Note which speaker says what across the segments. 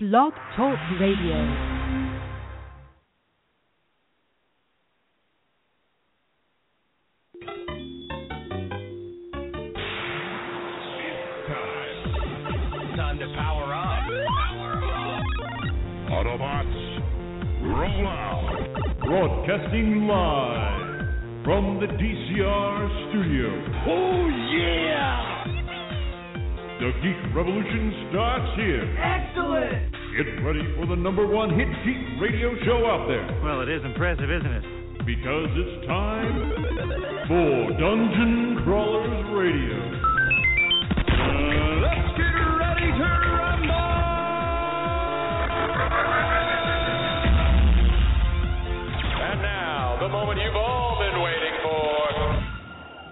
Speaker 1: Blog Talk Radio.
Speaker 2: Time. Time to power up. Autobots, roll out.
Speaker 3: Broadcasting live from the DCR studio.
Speaker 2: Oh yeah!
Speaker 3: The Geek Revolution starts here.
Speaker 4: Excellent!
Speaker 3: Get ready for the number one hit geek radio show out there
Speaker 5: Well, it is impressive, isn't it?
Speaker 3: because it's time for Dungeon Crawlers Radio.
Speaker 2: Let's get ready to rumble! And now, the moment you've all been waiting for.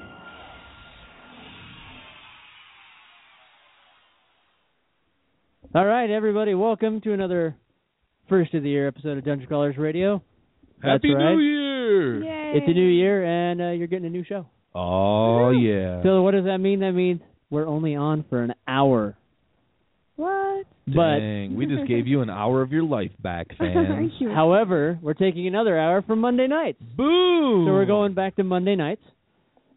Speaker 6: All right, everybody, welcome to another first of the year episode of Dungeon Crawlers Radio. That's
Speaker 7: Happy
Speaker 6: right.
Speaker 7: New Year!
Speaker 6: It's a new year, and uh, you're getting a new show.
Speaker 7: Oh yeah.
Speaker 6: So, what does that mean? That means we're only on for an hour.
Speaker 4: What?
Speaker 6: But,
Speaker 7: Dang, we just gave you an hour of your life back, fans.
Speaker 4: you?
Speaker 6: however, we're taking another hour from Monday nights.
Speaker 7: Boo!
Speaker 6: So, we're going back to Monday nights.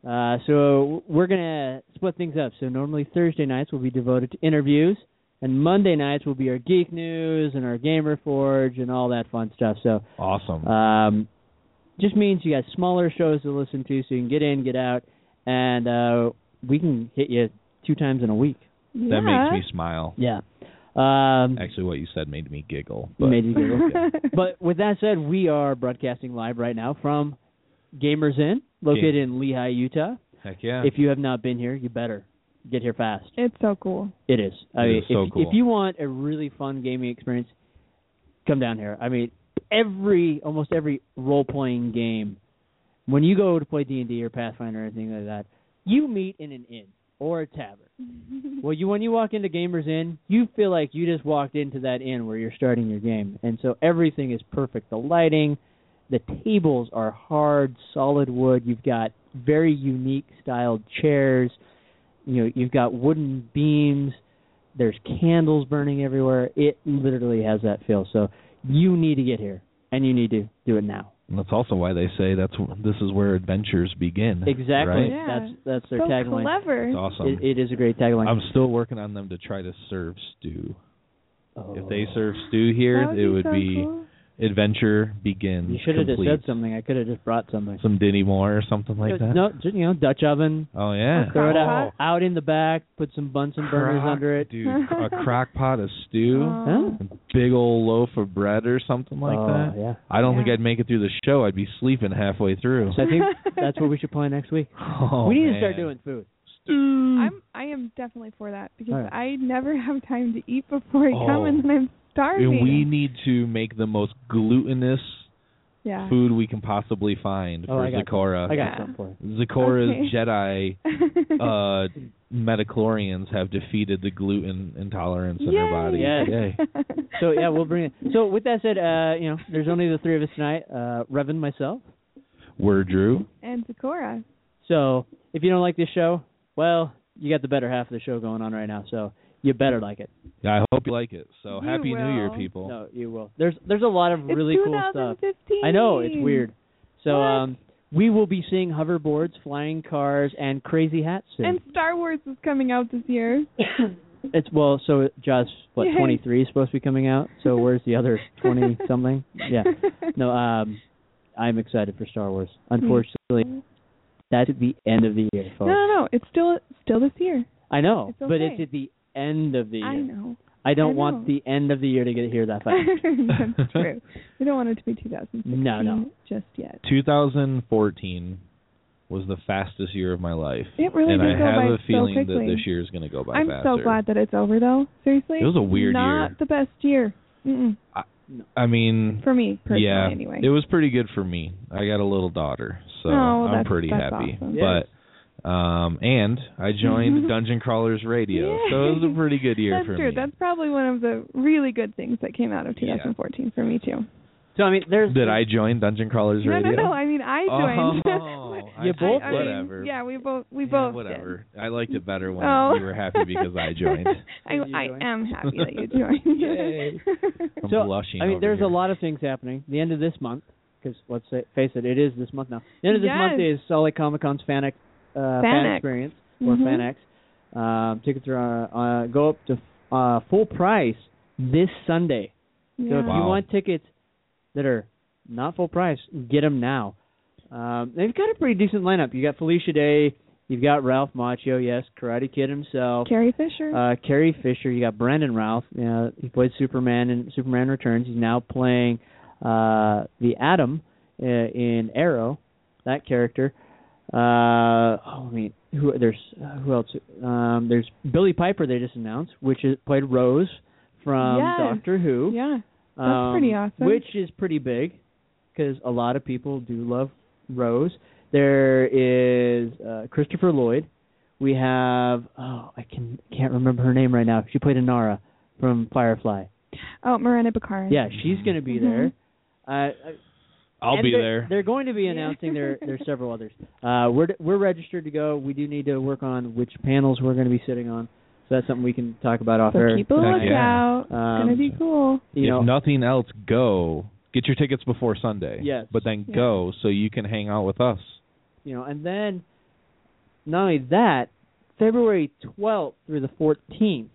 Speaker 6: Uh, so, we're going to split things up. So, normally Thursday nights will be devoted to interviews, and Monday nights will be our geek news and our gamer forge and all that fun stuff. So,
Speaker 7: Awesome.
Speaker 6: Um, just means you got smaller shows to listen to, so you can get in, get out, and uh, we can hit you two times in a week.
Speaker 7: that makes me smile.
Speaker 6: Yeah. Um,
Speaker 7: Actually, what you said made me giggle. But
Speaker 6: made you giggle.
Speaker 4: smile.
Speaker 6: but with that said, we are broadcasting live right now from Gamers Inn, located in Lehigh, Utah.
Speaker 7: heck yeah.
Speaker 6: If you have not been here, you better get here fast.
Speaker 4: it's so cool.
Speaker 6: It is. I
Speaker 7: It
Speaker 6: mean,
Speaker 7: is so
Speaker 6: if,
Speaker 7: cool.
Speaker 6: if you want a really fun gaming experience, come down here. I mean, every almost every role playing game, when you go to play D and D or Pathfinder or anything like that, you meet in an inn or a tavern. well, you when you walk into Gamers Inn, you feel like you just walked into that inn where you're starting your game, and so everything is perfect. The lighting, the tables are hard, solid wood. You've got very unique styled chairs. You know, you've got wooden beams. There's candles burning everywhere. It literally has that feel. So you need to get here, and you need to do it now.
Speaker 7: And that's also why they say that's wh- this is where adventures begin.
Speaker 6: Exactly.
Speaker 7: Right?
Speaker 4: Yeah.
Speaker 6: That's that's their
Speaker 4: so
Speaker 6: tagline.
Speaker 4: clever.
Speaker 7: It's awesome.
Speaker 6: It, it is a great tagline.
Speaker 7: I'm still working on them to try to serve stew.
Speaker 6: Oh.
Speaker 7: If they serve stew here,
Speaker 4: That
Speaker 7: it
Speaker 4: would
Speaker 7: would
Speaker 4: so
Speaker 7: be
Speaker 4: cool.
Speaker 7: adventure begins.
Speaker 6: you should have just
Speaker 7: complete.
Speaker 6: said something. I could have just brought something.
Speaker 7: Some Dinny Moore or something like that.
Speaker 6: No, just, you know, Dutch oven.
Speaker 7: Oh yeah.
Speaker 4: Okay.
Speaker 6: Throw it
Speaker 4: Oh.
Speaker 6: out, out in the back. Put some Bunsen burners
Speaker 7: Crock-
Speaker 6: under it.
Speaker 7: Dude, a crock pot of stew,
Speaker 4: Oh.
Speaker 6: Huh?
Speaker 7: big old loaf of bread or something like
Speaker 6: oh,
Speaker 7: that.
Speaker 6: Yeah.
Speaker 7: I don't
Speaker 4: Yeah.
Speaker 7: think I'd make it through the show. I'd be sleeping halfway through.
Speaker 6: So I think that's what we should plan next week.
Speaker 7: Oh,
Speaker 6: we need to
Speaker 7: man.
Speaker 6: start doing food.
Speaker 7: stew.
Speaker 4: I'm I am definitely for that because
Speaker 6: All right.
Speaker 4: I never have time to eat before I
Speaker 7: Oh.
Speaker 4: come and then I'm starving.
Speaker 7: And we need to make the most glutinous
Speaker 4: yeah.
Speaker 7: food we can possibly find
Speaker 6: Oh,
Speaker 7: for
Speaker 6: I got
Speaker 7: Zakora.
Speaker 6: I got
Speaker 4: Yeah.
Speaker 6: something for you.
Speaker 7: Zakora's
Speaker 4: Okay.
Speaker 7: Jedi uh metachlorians have defeated the gluten intolerance in their body.
Speaker 6: Yes.
Speaker 7: Yay.
Speaker 6: So yeah, we'll bring it. So with that said, uh, you know, there's only the three of us tonight. Uh, Revan, myself.
Speaker 7: We're Drew.
Speaker 4: and Sakura.
Speaker 6: So if you don't like this show, well, you got the better half of the show going on right now. So you better like it.
Speaker 7: I hope you like it. So
Speaker 4: You
Speaker 7: happy New Year,
Speaker 4: will.
Speaker 7: people.
Speaker 6: No, you will. There's there's a lot of really
Speaker 4: it's
Speaker 6: cool stuff.
Speaker 4: 2015.
Speaker 6: I know it's weird. So
Speaker 4: What?
Speaker 6: um, we will be seeing hoverboards, flying cars, and crazy hats. soon.
Speaker 4: And Star Wars is coming out this year.
Speaker 6: It's well, so Jaws what
Speaker 4: Yay.
Speaker 6: twenty three is supposed to be coming out. So where's the other twenty something? Yeah. No, um, I'm excited for Star Wars.
Speaker 4: Hmm.
Speaker 6: Unfortunately,
Speaker 4: no,
Speaker 6: that's at the end of the year,
Speaker 4: no,
Speaker 6: folks.
Speaker 4: no. It's still still this year.
Speaker 6: I know,
Speaker 4: It's
Speaker 6: but
Speaker 4: okay.
Speaker 6: it's at the end of the year.
Speaker 4: I know.
Speaker 6: I don't
Speaker 4: I
Speaker 6: want
Speaker 4: know.
Speaker 6: the end of the year to get here that fast.
Speaker 4: That's true. We don't want it to be 2016
Speaker 6: No, no.
Speaker 4: just yet.
Speaker 7: 2014 was the fastest year of my life.
Speaker 4: It really
Speaker 7: and
Speaker 4: did
Speaker 7: I
Speaker 4: go
Speaker 7: have
Speaker 4: by
Speaker 7: a feeling
Speaker 4: so
Speaker 7: that
Speaker 4: quickly.
Speaker 7: this year is going to go by
Speaker 4: I'm
Speaker 7: faster.
Speaker 4: so glad that it's over though. Seriously,
Speaker 7: It was a weird
Speaker 4: not
Speaker 7: year.
Speaker 4: the best year Mm-mm.
Speaker 7: I mean,
Speaker 4: for me personally.
Speaker 7: yeah,
Speaker 4: anyway,
Speaker 7: it was pretty good for me. I got a little daughter, so
Speaker 4: Oh,
Speaker 7: I'm
Speaker 4: that's-
Speaker 7: pretty
Speaker 4: that's
Speaker 7: happy.
Speaker 4: awesome.
Speaker 6: Yes.
Speaker 7: But um and I joined Dungeon Crawlers Radio. So it was a pretty good year
Speaker 4: that's
Speaker 7: for
Speaker 4: true.
Speaker 7: me.
Speaker 4: That's probably one of the really good things that came out of
Speaker 7: Yeah.
Speaker 4: 2014 for me too.
Speaker 6: So I mean, there's
Speaker 7: Did I join Dungeon Crawlers
Speaker 4: No,
Speaker 7: Radio?
Speaker 4: no, no. I mean, I joined.
Speaker 7: Oh,
Speaker 6: You
Speaker 7: I-
Speaker 6: both
Speaker 4: I, I mean,
Speaker 6: like-
Speaker 7: Whatever.
Speaker 4: Yeah, we both we
Speaker 7: Yeah,
Speaker 4: both did.
Speaker 7: whatever. I liked it better when
Speaker 4: Oh.
Speaker 7: you were happy because I joined.
Speaker 4: I,
Speaker 6: That you
Speaker 4: I
Speaker 6: joined.
Speaker 4: am happy that you joined.
Speaker 6: Yay.
Speaker 7: I'm
Speaker 6: So,
Speaker 7: blushing.
Speaker 6: I mean,
Speaker 7: over
Speaker 6: there's
Speaker 7: here.
Speaker 6: a lot of things happening. The end of this month, because let's say, face it, it is this month now. The end of this
Speaker 4: Yes.
Speaker 6: month is Salt Lake Comic Con's Fan Ex, uh, Fan
Speaker 4: FanX.
Speaker 6: Experience or
Speaker 4: Mhm.
Speaker 6: FanX. Um, tickets are uh, go up to uh, full price this Sunday. So
Speaker 4: Yeah.
Speaker 6: if you
Speaker 7: Wow.
Speaker 6: want tickets that are not full price, get them now. Um, they've got a pretty decent lineup. You got Felicia Day, you've got Ralph Macchio, yes, Karate Kid himself.
Speaker 4: Carrie Fisher.
Speaker 6: Uh, Carrie Fisher. You got Brandon Routh. Uh, he played Superman in Superman Returns. He's now playing uh, the Atom uh, in Arrow. That character. Uh, oh, I mean, who there's uh, who else? Um, there's Billy Piper. They just announced, which is played Rose from
Speaker 4: Yes.
Speaker 6: Doctor Who.
Speaker 4: yeah. that's
Speaker 6: um,
Speaker 4: pretty awesome.
Speaker 6: Which is pretty big because a lot of people do love Rose. There is uh, Christopher Lloyd. We have oh I can can't remember her name right now. She played Inara from Firefly.
Speaker 4: Oh, Miranda Baccarin.
Speaker 6: Yeah, she's going to be there.
Speaker 4: Mhm.
Speaker 6: Uh,
Speaker 7: I'll
Speaker 6: and
Speaker 7: be
Speaker 6: they're-
Speaker 7: there.
Speaker 6: They're going to be
Speaker 4: Yeah.
Speaker 6: announcing their their several others. Uh, we're we're registered to go. We do need to work on which panels we're going to be sitting on. So that's something we can talk about off
Speaker 4: So
Speaker 6: air.
Speaker 4: keep a
Speaker 7: Heck
Speaker 4: lookout.
Speaker 7: yeah.
Speaker 4: It's gonna
Speaker 6: Um,
Speaker 4: be cool.
Speaker 6: You
Speaker 7: if
Speaker 6: know,
Speaker 7: nothing else, go get your tickets before Sunday.
Speaker 6: Yes.
Speaker 7: but then
Speaker 4: Yeah.
Speaker 7: go so you can hang out with us.
Speaker 6: you know, and then not only that, February 12th through the 14th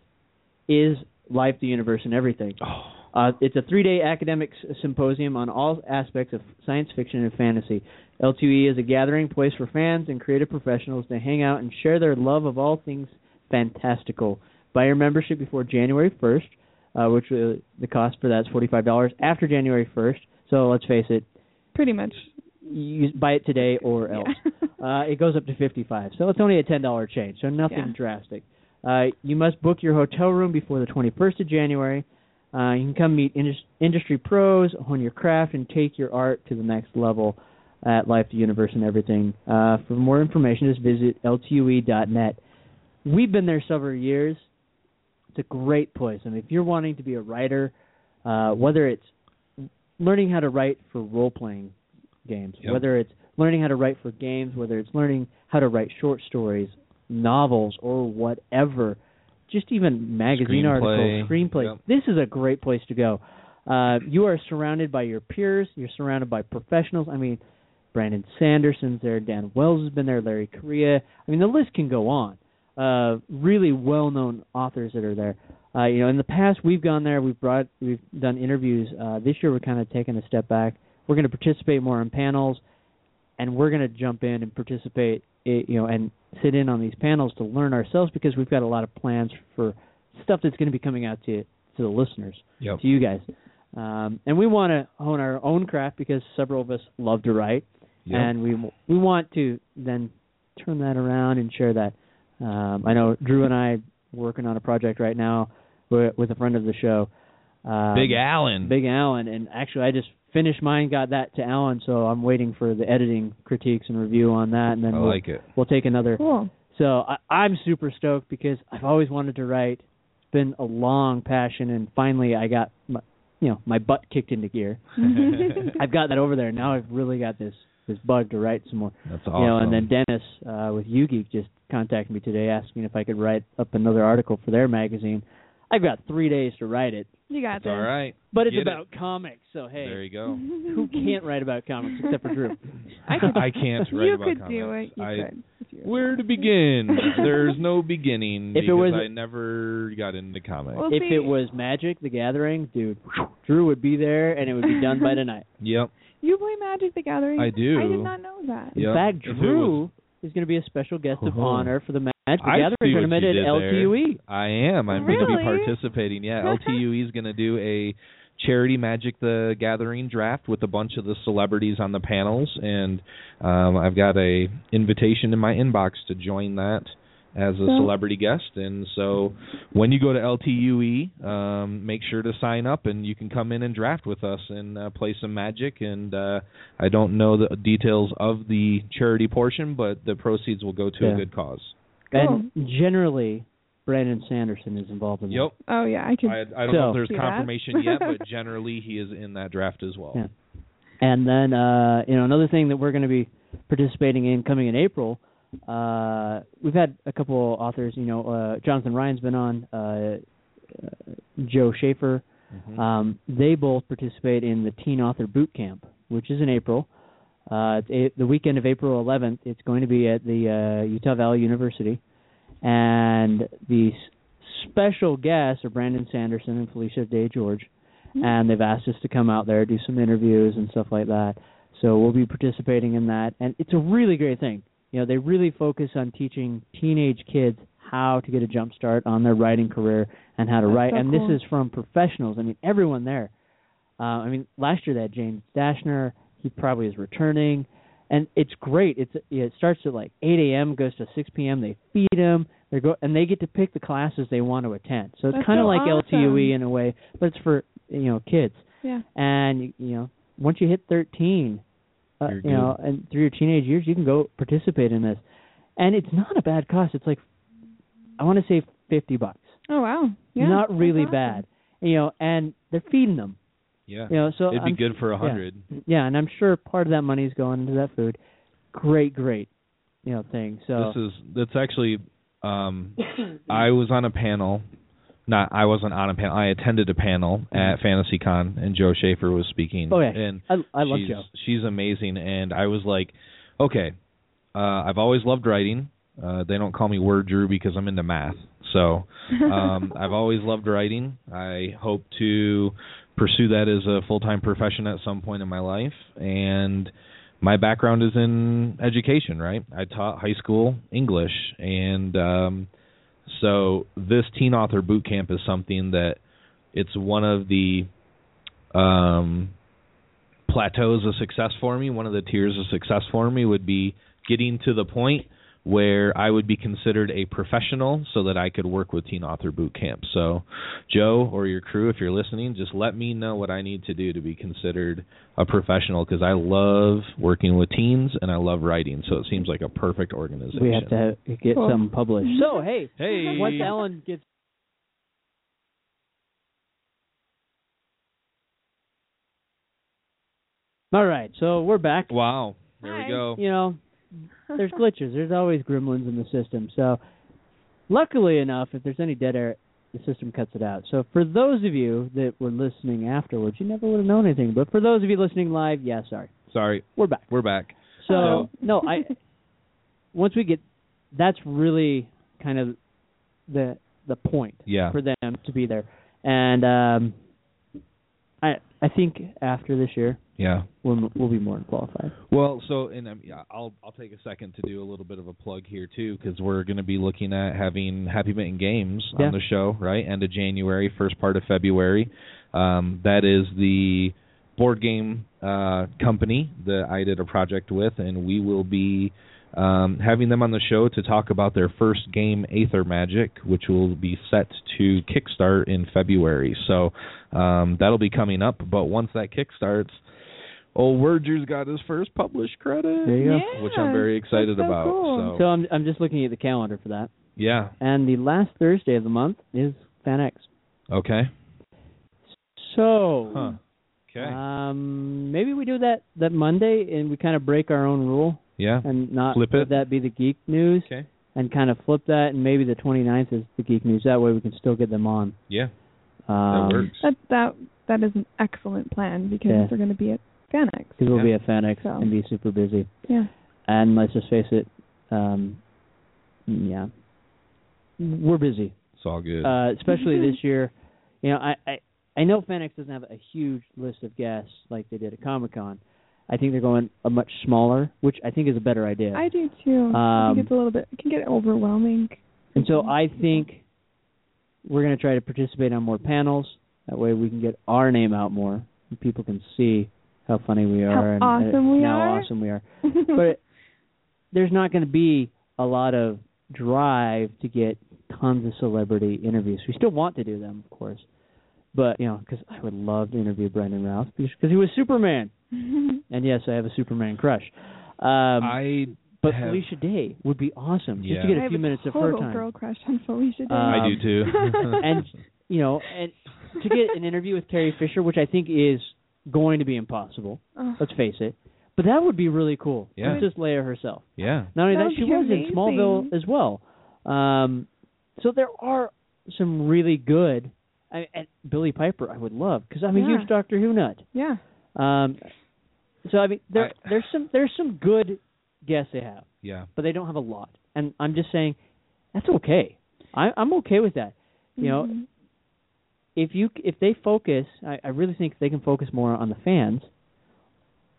Speaker 6: is Life, the Universe, and Everything.
Speaker 7: Oh.
Speaker 6: Uh, it's a three-day academic s- symposium on all aspects of science fiction and fantasy. L2E is a gathering place for fans and creative professionals to hang out and share their love of all things fantastical. Buy your membership before January 1st, uh, which uh, the cost for that is $45. After January 1st, so let's face it,
Speaker 4: Pretty much.
Speaker 6: you buy it today or else.
Speaker 4: Yeah.
Speaker 6: Uh, it goes up to fifty-five, so it's only a ten-dollar change, so nothing
Speaker 4: Yeah.
Speaker 6: drastic. Uh, you must book your hotel room before the twenty-first of January. Uh, you can come meet indus- industry pros, hone your craft, and take your art to the next level at Life, the Universe, and everything. Uh, for more information, just visit E ltue.net. We've been there several years. It's a great place, and if you're wanting to be a writer, uh, whether it's learning how to write for role-playing games,
Speaker 7: Yep.
Speaker 6: whether it's learning how to write for games, whether it's learning how to write short stories, novels, or whatever, just even magazine articles,
Speaker 7: Screenplay.
Speaker 6: screenplays.
Speaker 7: Yep.
Speaker 6: This is a great place to go. Uh, you are surrounded by your peers. You're surrounded by professionals. I mean, Brandon Sanderson's there. Dan Wells has been there. Larry Correa. I mean, the list can go on. Uh, really well-known authors that are there. Uh, you know, in the past we've gone there. We've brought, we've done interviews. Uh, this year we're kind of taking a step back. We're going to participate more in panels, and we're going to jump in and participate. i- You know, and sit in on these panels to learn ourselves because we've got a lot of plans for stuff that's going to be coming out to to the listeners
Speaker 7: Yep.
Speaker 6: to you guys. Um, and we want to hone our own craft because several of us love to write,
Speaker 7: Yep.
Speaker 6: and we we want to then turn that around and share that. Um, I know Drew and I working on a project right now with, with a friend of the show, um,
Speaker 7: Big Allen.
Speaker 6: Big Alan, and actually I just finished mine, got that to Alan, so I'm waiting for the editing critiques and review on that, and then
Speaker 7: I
Speaker 6: we'll,
Speaker 7: like it.
Speaker 6: we'll take another
Speaker 4: Cool.
Speaker 6: so I, I'm super stoked because I've always wanted to write. It's been a long passion, and finally I got my, you know my butt kicked into gear. I've got that over there now. I've really got this this bug to write some more.
Speaker 7: That's
Speaker 6: You know,
Speaker 7: awesome.
Speaker 6: and then Dennis uh, with YouGeek just contacted me today asking if I could write up another article for their magazine. I've got three days to write it,
Speaker 4: You got
Speaker 7: It's all
Speaker 4: this.
Speaker 7: right.
Speaker 6: but it's
Speaker 7: Get it.
Speaker 6: about comics. So
Speaker 7: There
Speaker 6: hey,
Speaker 7: you go.
Speaker 4: Mm-hmm.
Speaker 6: who can't write about comics except for Drew?
Speaker 4: I could-
Speaker 7: I can't write
Speaker 4: you
Speaker 7: about
Speaker 4: could do it.
Speaker 7: comics.
Speaker 4: You
Speaker 7: I-
Speaker 4: could. if you-
Speaker 7: Where to begin? There's no beginning
Speaker 6: If it
Speaker 7: because
Speaker 6: was-
Speaker 7: I never got into comics.
Speaker 4: Well,
Speaker 6: if
Speaker 4: see,
Speaker 6: it was Magic the Gathering, dude, Drew would be there and it would be done by tonight.
Speaker 7: yep.
Speaker 4: you play Magic the Gathering.
Speaker 7: I do.
Speaker 4: I did not know that.
Speaker 6: In
Speaker 7: Yeah,
Speaker 6: fact,
Speaker 7: if it
Speaker 6: Drew is going to be a special guest of
Speaker 7: Oh.
Speaker 6: honor for the Magic the
Speaker 7: I
Speaker 6: Gathering
Speaker 7: see what
Speaker 6: tournament
Speaker 7: you
Speaker 6: at
Speaker 7: did there.
Speaker 6: LTUE.
Speaker 7: I am. I'm going to
Speaker 4: Really?
Speaker 7: be participating. Yeah, LTUE is going to do a charity Magic the Gathering draft with a bunch of the celebrities on the panels, and um, I've got a invitation in my inbox to join that as a
Speaker 4: So-
Speaker 7: celebrity guest. And so, when you go to LTUE, um, make sure to sign up, and you can come in and draft with us and uh, play some Magic. And uh, I don't know the details of the charity portion, but the proceeds will go to
Speaker 6: Yeah.
Speaker 7: a good cause.
Speaker 6: And generally, Brandon Sanderson is involved in
Speaker 7: Yep.
Speaker 4: Oh yeah, I could.
Speaker 7: I, I don't
Speaker 6: So-
Speaker 7: know if there's
Speaker 4: See that?
Speaker 7: confirmation yet, but generally he is in that draft as well.
Speaker 6: Yeah. that. And then, uh, you know, another thing that we're going to be participating in coming in April. Uh, we've had a couple authors, you know, uh, Jonathan Ryan's been on, uh, uh, Joe Schaefer.
Speaker 7: Mm-hmm.
Speaker 6: Um, they both participate in the Teen Author Boot Camp, which is in April. Uh, it's a, the weekend of April 11th, it's going to be at the uh, Utah Valley University. And the s- special guests are Brandon Sanderson and Felicia Day George
Speaker 4: Mm-hmm.
Speaker 6: and they've asked us to come out there do some interviews and stuff like that. So we'll be participating in that, and it's a really great thing. You know, they really focus on teaching teenage kids how to get a jump start on their writing career and how to
Speaker 4: That's
Speaker 6: write.
Speaker 4: so
Speaker 6: and
Speaker 4: cool.
Speaker 6: this is from professionals. I mean, everyone there. Uh, I mean, last year they had James Dashner. He probably is returning, and it's great. It's it starts at like 8 a.m. goes to 6 p.m. They feed them. They go and they get to pick the classes they want to attend. So it's
Speaker 4: That's
Speaker 6: kind of
Speaker 4: so
Speaker 6: like
Speaker 4: awesome.
Speaker 6: LTUE E in a way, but it's for you know kids.
Speaker 4: Yeah.
Speaker 6: And you- you know, once you hit 13, uh,
Speaker 7: You're
Speaker 6: you know, and through your teenage years, you can go participate in this, and it's not a bad cost. It's like I want to say 50 bucks.
Speaker 4: Oh wow. Yeah.
Speaker 6: not really
Speaker 4: That's awesome.
Speaker 6: bad. You know, and they're feeding them.
Speaker 7: Yeah.
Speaker 6: You know, so
Speaker 7: It'd be
Speaker 6: I'm-
Speaker 7: good for a
Speaker 6: yeah.
Speaker 7: hundred.
Speaker 6: Yeah, and I'm sure part of that money is going into that food. Great, great, you know, thing. So
Speaker 7: This is that's actually um I was on a panel not I wasn't on a panel. I attended a panel at FantasyCon and Joe Schaefer was speaking.
Speaker 6: Mm-hmm. Oh, yeah.
Speaker 7: And
Speaker 6: I, I love
Speaker 7: she's,
Speaker 6: Joe.
Speaker 7: She's amazing and I was like, Okay, uh I've always loved writing. Uh they don't call me word drew because I'm into math. So um I've always loved writing. I hope to pursue that as a full time profession at some point in my life and my background is in education, right? I taught high school English, and um, so this teen author boot camp is something that it's one of the um, plateaus of success for me. One of the tiers of success for me would be getting to the point where I would be considered a professional, so that I could work with teen author boot camp. So, Joe or your crew, if you're listening, just let me know what I need to do to be considered a professional because I love working with teens and I love writing. So it seems like a perfect organization.
Speaker 6: We have to get
Speaker 4: Cool.
Speaker 6: some published. So hey,
Speaker 7: Hey.
Speaker 6: once Ellen gets All right, so we're back.
Speaker 7: Wow. There
Speaker 4: Hi.
Speaker 7: we go.
Speaker 6: You know, there's glitches. There's always gremlins in the system. So, luckily enough, if there's any dead air, the system cuts it out. So, for those of you that were listening afterwards, you never would have known anything. But for those of you listening live, yeah, sorry,
Speaker 7: Sorry.
Speaker 6: we're back.
Speaker 7: We're back.
Speaker 6: So
Speaker 4: Oh.
Speaker 6: no, I once we get that's really kind of the the point
Speaker 7: Yeah.
Speaker 6: for them to be there. And um I I think after this year
Speaker 7: Yeah.
Speaker 6: we'll we'll be more qualified.
Speaker 7: Well, so and um, yeah, I'll I'll take a second to do a little bit of a plug here too because we're going to be looking at having Happy Mitten Games
Speaker 6: Yeah.
Speaker 7: on the show right end of January, first part of February. Um, that is the board game uh, company that I did a project with, and we will be um, having them on the show to talk about their first game, Aether Magic, which will be set to kickstart in February. So um, that'll be coming up. But once that kickstarts, old Wordju's got his first published credit,
Speaker 6: There you go.
Speaker 4: Yeah,
Speaker 7: which I'm very excited
Speaker 4: that's so
Speaker 7: about.
Speaker 4: cool.
Speaker 6: So
Speaker 7: So
Speaker 6: I'm I'm just looking at the calendar for that.
Speaker 7: yeah,
Speaker 6: And the last Thursday of the month is FanX.
Speaker 7: okay,
Speaker 6: So
Speaker 7: huh, okay,
Speaker 6: um maybe we do that that Monday and we kind of break our own rule
Speaker 7: yeah,
Speaker 6: and not
Speaker 7: Flip
Speaker 6: let
Speaker 7: it.
Speaker 6: that be the geek news.
Speaker 7: okay,
Speaker 6: and kind of flip that, and maybe the 29th is the geek news. That way we can still get them on.
Speaker 7: yeah, that
Speaker 6: Um,
Speaker 7: works.
Speaker 4: That that that is an excellent plan because
Speaker 6: Yeah.
Speaker 4: we're going to be at Fanex.
Speaker 6: Because we'll be
Speaker 7: Yeah.
Speaker 6: at FanX
Speaker 4: So.
Speaker 6: and be super busy.
Speaker 4: Yeah.
Speaker 6: And let's just face it, um, yeah, we're busy,
Speaker 7: It's all good.
Speaker 6: uh, especially this year. You know, I, I I know FanX doesn't have a huge list of guests like they did at Comic Con. I think they're going a much smaller, which I think is a better idea.
Speaker 4: I do too. I
Speaker 6: Um,
Speaker 4: think it's a little bit. It can get overwhelming.
Speaker 6: And so I think we're going to try to participate on more panels. That way we can get our name out more. And people can see how funny we are
Speaker 4: How
Speaker 6: and
Speaker 4: awesome we
Speaker 6: how
Speaker 4: are.
Speaker 6: awesome we are. But there's not going to be a lot of drive to get tons of celebrity interviews. We still want to do them, of course. But, you know, because I would love to interview Brendan Routh because he was Superman. And yes, I have a Superman crush. Um,
Speaker 7: I
Speaker 6: but
Speaker 7: have-
Speaker 6: Felicia Day would be awesome
Speaker 7: Yeah.
Speaker 4: I
Speaker 6: just to get a
Speaker 4: have
Speaker 6: few minutes of her
Speaker 4: total
Speaker 6: time.
Speaker 4: girl crush on Felicia Day.
Speaker 7: I
Speaker 6: um,
Speaker 7: do too.
Speaker 6: and you know, and to get an interview with Carrie Fisher, which I think is going to be impossible.
Speaker 4: Ugh.
Speaker 6: Let's face it. But that would be really cool.
Speaker 7: Yeah.
Speaker 6: Princess Leia herself.
Speaker 7: Yeah.
Speaker 6: Not only
Speaker 4: That
Speaker 6: that,
Speaker 4: would
Speaker 6: she
Speaker 4: be
Speaker 6: was in
Speaker 4: amazing.
Speaker 6: Smallville as well. Um, so there are some really good. I, and Billy Piper, I would love because I'm a
Speaker 4: Yeah.
Speaker 6: huge Doctor Who nut.
Speaker 4: Yeah.
Speaker 6: Um, so I mean, there
Speaker 7: I-
Speaker 6: there's some there's some good guests they have,
Speaker 7: Yeah.
Speaker 6: but they don't have a lot. And I'm just saying, that's okay. I, I'm okay with that. You know,
Speaker 4: Mhm.
Speaker 6: if you if they focus, I, I really think they can focus more on the fans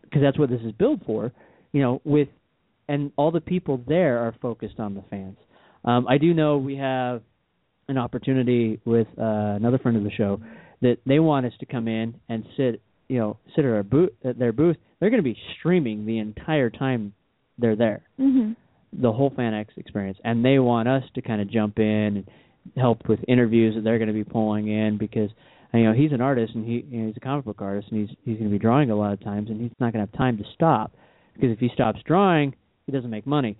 Speaker 6: because that's what this is built for. You know, with and all the people there are focused on the fans. Um, I do know we have an opportunity with uh, another friend of the show that they want us to come in and sit, you know, sit at our booth at their booth. They're going to be streaming the entire time they're there
Speaker 4: Mhm.
Speaker 6: the whole FanX experience, and they want us to kind of jump in and help with interviews that they're going to be pulling in because you know he's an artist and he you know, he's a comic book artist and he's he's going to be drawing a lot of times and he's not going to have time to stop because if he stops drawing he doesn't make money,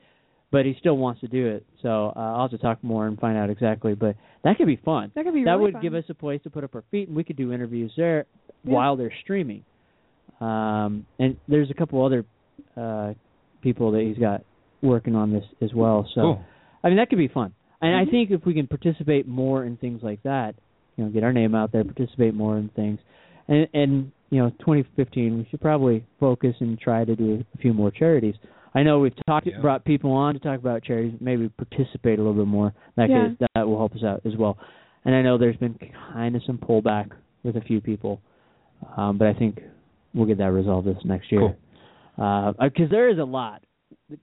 Speaker 6: but he still wants to do it. So uh, I'll have to talk more and find out exactly, but that could be fun.
Speaker 4: That could be.
Speaker 6: that
Speaker 4: really
Speaker 6: would
Speaker 4: fun.
Speaker 6: give us a place to put up our feet and we could do interviews there
Speaker 4: Yeah.
Speaker 6: while they're streaming. Um, and there's a couple other uh, people that he's got working on this as well. So
Speaker 7: Cool.
Speaker 6: I mean that could be fun. And
Speaker 4: Mhm.
Speaker 6: I think if we can participate more in things like that, you know, get our name out there, participate more in things, and and you know, 2015 we should probably focus and try to do a few more charities. I know we've talked
Speaker 7: Yeah.
Speaker 6: brought people on to talk about charities, maybe participate a little bit more. That
Speaker 4: Yeah.
Speaker 6: could, that will help us out as well. And I know there's been kind of some pullback with a few people, um, but I think we'll get that resolved this next year.
Speaker 7: Cool.
Speaker 6: Because there is a lot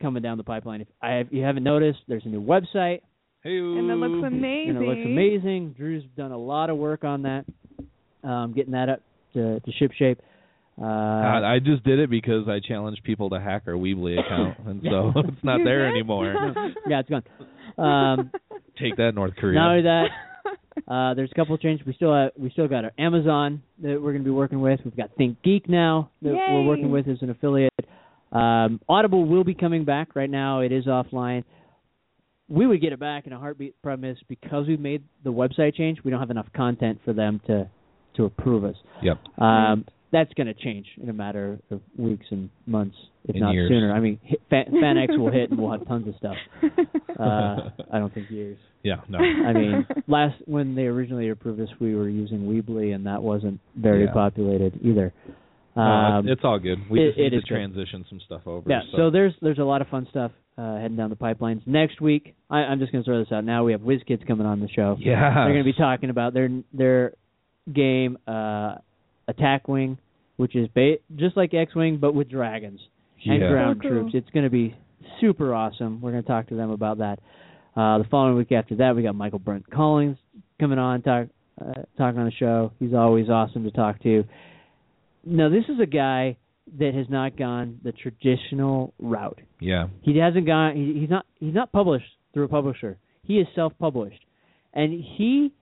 Speaker 6: coming down the pipeline. If I if you haven't noticed, there's a new website
Speaker 7: Hey.
Speaker 4: And it looks amazing.
Speaker 6: and it looks amazing. Drew's done a lot of work on that, um, getting that up to, to ship shape. Uh,
Speaker 7: I I just did it because I challenged people to hack our Weebly account, and so it's not
Speaker 4: You
Speaker 7: there
Speaker 4: did?
Speaker 7: anymore.
Speaker 6: yeah, it's gone. Um,
Speaker 7: Take that, North Korea.
Speaker 6: not only that, uh, there's a couple of changes. We still have, we still got our Amazon that we're going to be working with. We've got Think Geek now that we're
Speaker 4: Yay.
Speaker 6: working with as an affiliate. Um, Audible will be coming back. Right now, it is offline. We would get it back in a heartbeat. Problem is, because we've made the website change, we don't have enough content for them to to approve us.
Speaker 7: Yep.
Speaker 6: Um, that's going to change in a matter of weeks and months, if
Speaker 7: And
Speaker 6: not
Speaker 7: years.
Speaker 6: sooner. I mean, hit, Fan, FanX will hit, and we'll have tons of stuff. Uh, I don't think years.
Speaker 7: Yeah. No.
Speaker 6: I mean, last when they originally approved us, we were using Weebly, and that wasn't very
Speaker 7: Yeah.
Speaker 6: populated either.
Speaker 7: No,
Speaker 6: Um,
Speaker 7: it's all good. We
Speaker 6: it-
Speaker 7: just need
Speaker 6: it
Speaker 7: to
Speaker 6: is good.
Speaker 7: transition some stuff over.
Speaker 6: yeah,
Speaker 7: so,
Speaker 6: so there's there's a lot of fun stuff uh, heading down the pipelines. Next week, I, I'm just going to throw this out now. We have WizKids coming on the show.
Speaker 7: yeah,
Speaker 6: They're going to be talking about their their game uh, Attack Wing, which is ba- just like X Wing but with dragons and
Speaker 7: Yeah.
Speaker 6: ground
Speaker 4: So cool.
Speaker 6: troops. It's going to be super awesome. We're going to talk to them about that. Uh, the following week after that, we got Michael Brent Collins coming on talk uh, talking on the show. He's always awesome to talk to. Now, this is a guy that has not gone the traditional route.
Speaker 7: Yeah.
Speaker 6: He hasn't gone. He, he's not. He's not published through a publisher. He is self-published, and he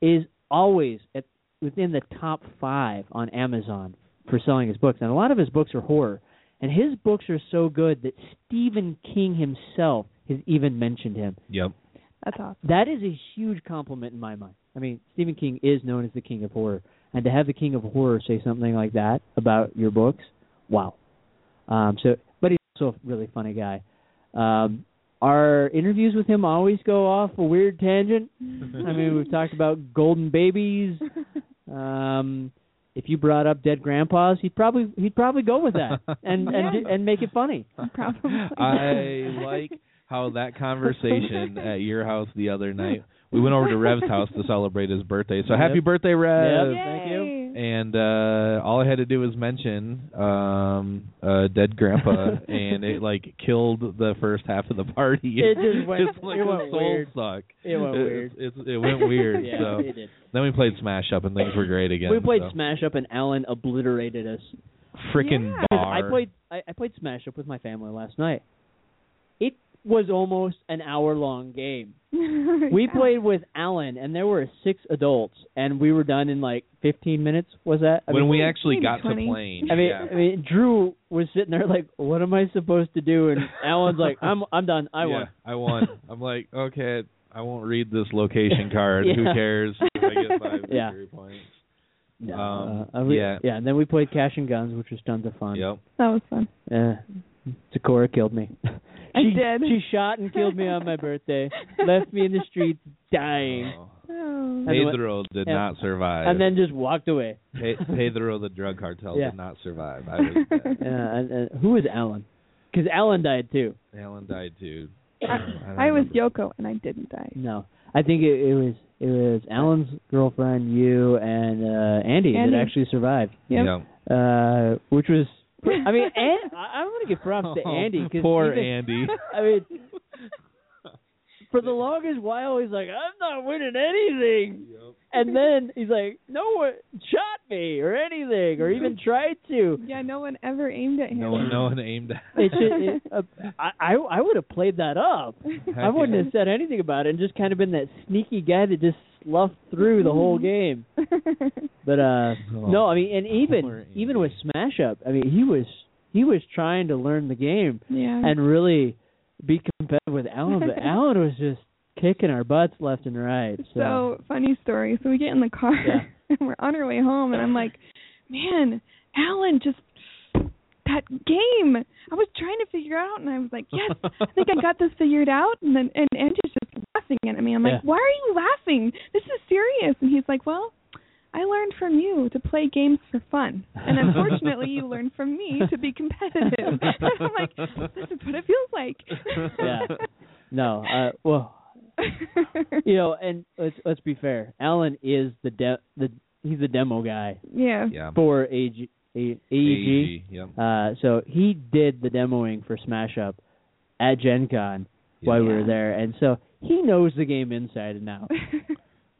Speaker 6: is always at within the top five on Amazon for selling his books. And a lot of his books are horror, and his books are so good that Stephen King himself has even mentioned him.
Speaker 7: Yep.
Speaker 4: That's awesome.
Speaker 6: That is a huge compliment in my mind. I mean, Stephen King is known as the king of horror, and to have the king of horror say something like that about your books, wow. Um, so, but he's also a really funny guy. Um, our interviews with him always go off a weird tangent. I mean, we've talked about golden babies. Um, if you brought up dead grandpas, he'd probably he'd probably go with that and and
Speaker 7: Yeah.
Speaker 6: and make it funny.
Speaker 4: Probably.
Speaker 7: I like how that conversation at your house the other night. We went over to Rev's house to celebrate his birthday. So
Speaker 6: Yep.
Speaker 7: happy birthday, Rev!
Speaker 6: Yep. Thank you.
Speaker 4: Yay.
Speaker 7: And uh all I had to do was mention um uh dead grandpa and it like killed the first half of the party.
Speaker 6: It just went-
Speaker 7: it's like
Speaker 6: it
Speaker 7: a
Speaker 6: went
Speaker 7: soul
Speaker 6: weird.
Speaker 7: suck.
Speaker 6: It went weird.
Speaker 7: It's, it's, it went weird.
Speaker 6: Yeah,
Speaker 7: so
Speaker 6: it did.
Speaker 7: then we played Smash Up and things were great again.
Speaker 6: we played
Speaker 7: so.
Speaker 6: Smash Up, and Alan obliterated us.
Speaker 7: Frickin'
Speaker 4: Yeah.
Speaker 7: bar.
Speaker 6: I played I, I played Smash Up with my family last night. It was almost an hour long game. We
Speaker 4: Yeah.
Speaker 6: played with Alan, and there were six adults, and we were done in like 15 minutes. Was that? I
Speaker 7: when
Speaker 6: mean,
Speaker 7: we actually
Speaker 4: maybe
Speaker 7: got to
Speaker 4: 20.
Speaker 7: playing.
Speaker 6: I mean,
Speaker 7: yeah.
Speaker 6: I mean, Drew was sitting there like, "What am I supposed to do?" And Alan's like, "I'm I'm done. I
Speaker 7: yeah,
Speaker 6: won."
Speaker 7: I won. I'm like, okay, I won't read this location card. Who
Speaker 6: Yeah.
Speaker 7: cares? if I get five
Speaker 6: Yeah.
Speaker 7: victory points.
Speaker 6: No,
Speaker 7: Um,
Speaker 6: uh, uh, we-
Speaker 7: yeah.
Speaker 6: yeah. And then we played Cash and Guns, which was tons of fun.
Speaker 7: Yep.
Speaker 4: That was fun.
Speaker 6: Uh, Sakura killed me.
Speaker 4: I
Speaker 6: she,
Speaker 4: did.
Speaker 6: She shot and killed me on my birthday. left me in the streets dying,
Speaker 7: Oh.
Speaker 4: Oh.
Speaker 6: And-
Speaker 7: Pedro did
Speaker 6: and-
Speaker 7: not survive.
Speaker 6: and then just walked away.
Speaker 7: Pe- Pedro the drug cartel
Speaker 6: Yeah.
Speaker 7: did not survive. I was dead.
Speaker 6: Uh, and, and who was Alan? Because Alan died too.
Speaker 7: Alan died too. don't
Speaker 4: I was
Speaker 7: remember.
Speaker 4: Yoko and I didn't die.
Speaker 6: No, I think it, it was it was Alan's girlfriend, you, and uh Andy,
Speaker 4: Andy.
Speaker 6: that actually survived.
Speaker 4: Yep.
Speaker 7: Yeah.
Speaker 6: Uh, which was, I mean, and, I, I want to give props to
Speaker 7: Oh,
Speaker 6: Andy. 'cause
Speaker 7: Poor
Speaker 6: even-
Speaker 7: Andy.
Speaker 6: I mean, for the longest while, he's like, I'm not winning anything. And then he's like, no one shot me or anything or even tried to.
Speaker 4: Yeah, no one ever aimed at him.
Speaker 7: No one, no one aimed at.
Speaker 6: It should, it, uh, I, I I would have played that up. I wouldn't have said anything about it and just kind of been that sneaky guy that just sloughed through the whole game. But uh no, I mean and
Speaker 7: Poor
Speaker 6: even
Speaker 7: Andy.
Speaker 6: even with Smash Up, I mean he was he was trying to learn the game
Speaker 4: yeah.
Speaker 6: and really be competitive with Alan, but Alan was just kicking our butts left and right. So,
Speaker 4: So funny story. So we get in the car
Speaker 6: uh, Yeah.
Speaker 4: and we're on our way home, and I'm like, man, Alan just that game. I was trying to figure out, and I was like, yes, I think I got this figured out. And then and Angie's just laughing at me. I'm like,
Speaker 6: Yeah.
Speaker 4: why are you laughing? This is serious. And he's like, well. I learned from you to play games for fun, and unfortunately, you learned from me to be competitive. and I'm like, this is what it feels like.
Speaker 6: Yeah. no, uh well, you know, and let's let's be fair. Alan is the de- the he's the demo guy
Speaker 4: yeah.
Speaker 7: Yeah.
Speaker 6: for AG, A- E
Speaker 7: E
Speaker 6: AEG.
Speaker 7: AEG, Yep.
Speaker 6: Uh so he did the demoing for Smash Up at Gen Con while we
Speaker 4: Yeah.
Speaker 6: were there and so he knows the game inside and out.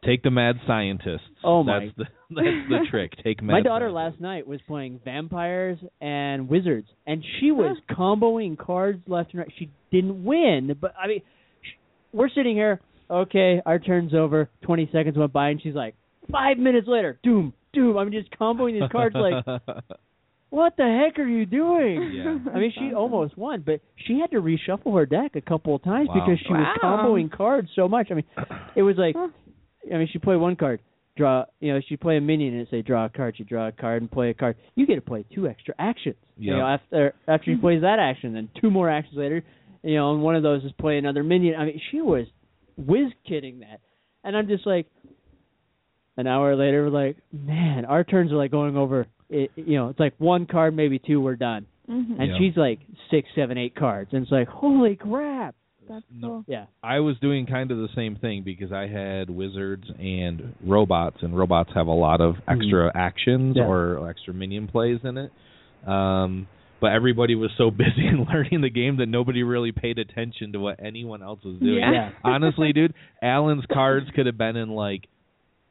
Speaker 7: Take the mad scientists.
Speaker 6: Oh, my.
Speaker 7: That's the that's the trick. Take mad.
Speaker 6: My daughter
Speaker 7: scientists.
Speaker 6: last night was playing vampires and wizards, and she was comboing cards left and right. She didn't win, but I mean, sh- we're sitting here. Okay, our turn's over. Twenty seconds went by, and she's like, five minutes later, doom, doom. I'm just comboing these cards like, what the heck are you doing?
Speaker 7: yeah.
Speaker 6: I mean, she almost won, but she had to reshuffle her deck a couple of times
Speaker 7: Wow.
Speaker 6: because she was
Speaker 4: Wow.
Speaker 6: comboing cards so much. I mean, it was like,
Speaker 4: Huh.
Speaker 6: I mean, she played one card, draw. You know, she play a minion and it say draw a card. She draw a card and play a card. You get to play two extra actions. You
Speaker 7: Yeah.
Speaker 6: know, after after she plays that action, then two more actions later. You know, and one of those is play another minion. I mean, she was whiz kidding that, and I'm just like, an hour later, we're like, man, our turns are like going over. It, you know, it's like one card, maybe two, we're done.
Speaker 4: hmm
Speaker 6: And
Speaker 7: Yeah.
Speaker 6: she's like six, seven, eight cards, and it's like, holy crap!
Speaker 4: That's
Speaker 7: No.
Speaker 4: cool.
Speaker 6: Yeah,
Speaker 7: I was doing kind of the same thing because I had wizards and robots, and robots have a lot of extra actions
Speaker 6: Hmm. Yeah.
Speaker 7: or extra minion plays in it. Um, but everybody was so busy in learning the game that nobody really paid attention to what anyone else was doing.
Speaker 4: Yeah.
Speaker 6: yeah.
Speaker 7: Honestly, dude, Alan's cards could have been in like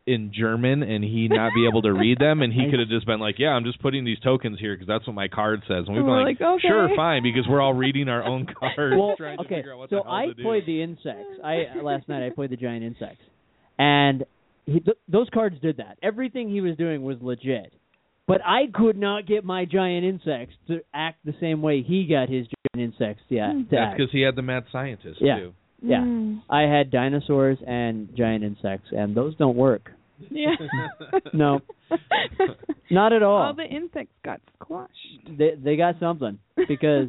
Speaker 7: in German and he not be able to read them, and he could have just been like, "Yeah, I'm just putting these tokens here because that's what my card says." And we've
Speaker 4: And
Speaker 7: been
Speaker 4: we're
Speaker 7: like,
Speaker 4: like, okay.
Speaker 7: "Sure, fine," because we're all reading our own cards,
Speaker 6: Well,
Speaker 7: trying to
Speaker 6: okay,
Speaker 7: figure out what
Speaker 6: so
Speaker 7: the hell
Speaker 6: I
Speaker 7: to do.
Speaker 6: played the insects. I last night I played the giant insects, and he, th- those cards did that. Everything he was doing was legit, but I could not get my giant insects to act the same way he got his giant insects. Yeah, to
Speaker 7: That's
Speaker 6: act.
Speaker 7: because he had the mad scientist
Speaker 6: Yeah.
Speaker 7: too.
Speaker 6: Yeah.
Speaker 4: Mm.
Speaker 6: I had dinosaurs and giant insects, and those don't work.
Speaker 4: Yeah.
Speaker 6: No, not at all.
Speaker 4: All the insects got squashed.
Speaker 6: they they got something because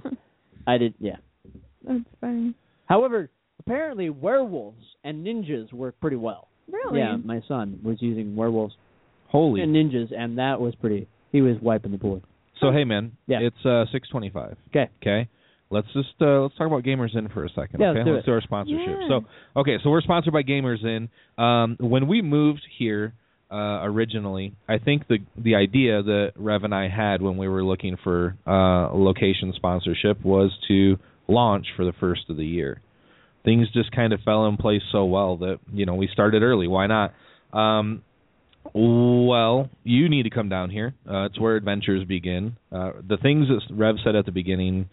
Speaker 6: I did. Yeah.
Speaker 4: That's funny.
Speaker 6: However, apparently werewolves and ninjas work pretty well.
Speaker 4: Really?
Speaker 6: Oh, Yeah, my son was using werewolves
Speaker 7: Holy.
Speaker 6: and ninjas, and that was pretty. He was wiping the board.
Speaker 7: so hey, man.
Speaker 6: um, Yeah.
Speaker 7: It's uh, six twenty-five.
Speaker 6: Okay.
Speaker 7: Okay. Let's just uh, let's talk about Gamers In for a second.
Speaker 6: Yeah,
Speaker 7: okay.
Speaker 6: let's do it.
Speaker 7: our sponsorship.
Speaker 4: Yeah.
Speaker 7: So okay, so we're sponsored by Gamers In. Um, when we moved here uh, originally, I think the the idea that Rev and I had when we were looking for uh, location sponsorship was to launch for the first of the year. Things just kind of fell in place so well that you know we started early. Why not? Um, Well, you need to come down here. Uh, it's where adventures begin. Uh, the things that Rev said at the beginning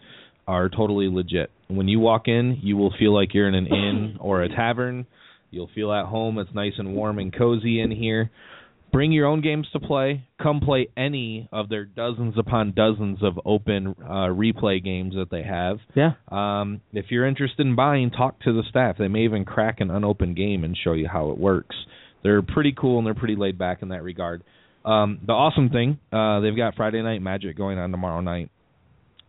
Speaker 7: are totally legit. When you walk in, you will feel like you're in an inn or a tavern. You'll feel at home. It's nice and warm and cozy in here. Bring your own games to play. Come play any of their dozens upon dozens of open uh, replay games that they have.
Speaker 6: Yeah.
Speaker 7: Um, if you're interested in buying, talk to the staff. They may even crack an unopened game and show you how it works. They're pretty cool and they're pretty laid back in that regard. Um, the awesome thing, uh, they've got Friday Night Magic going on tomorrow night.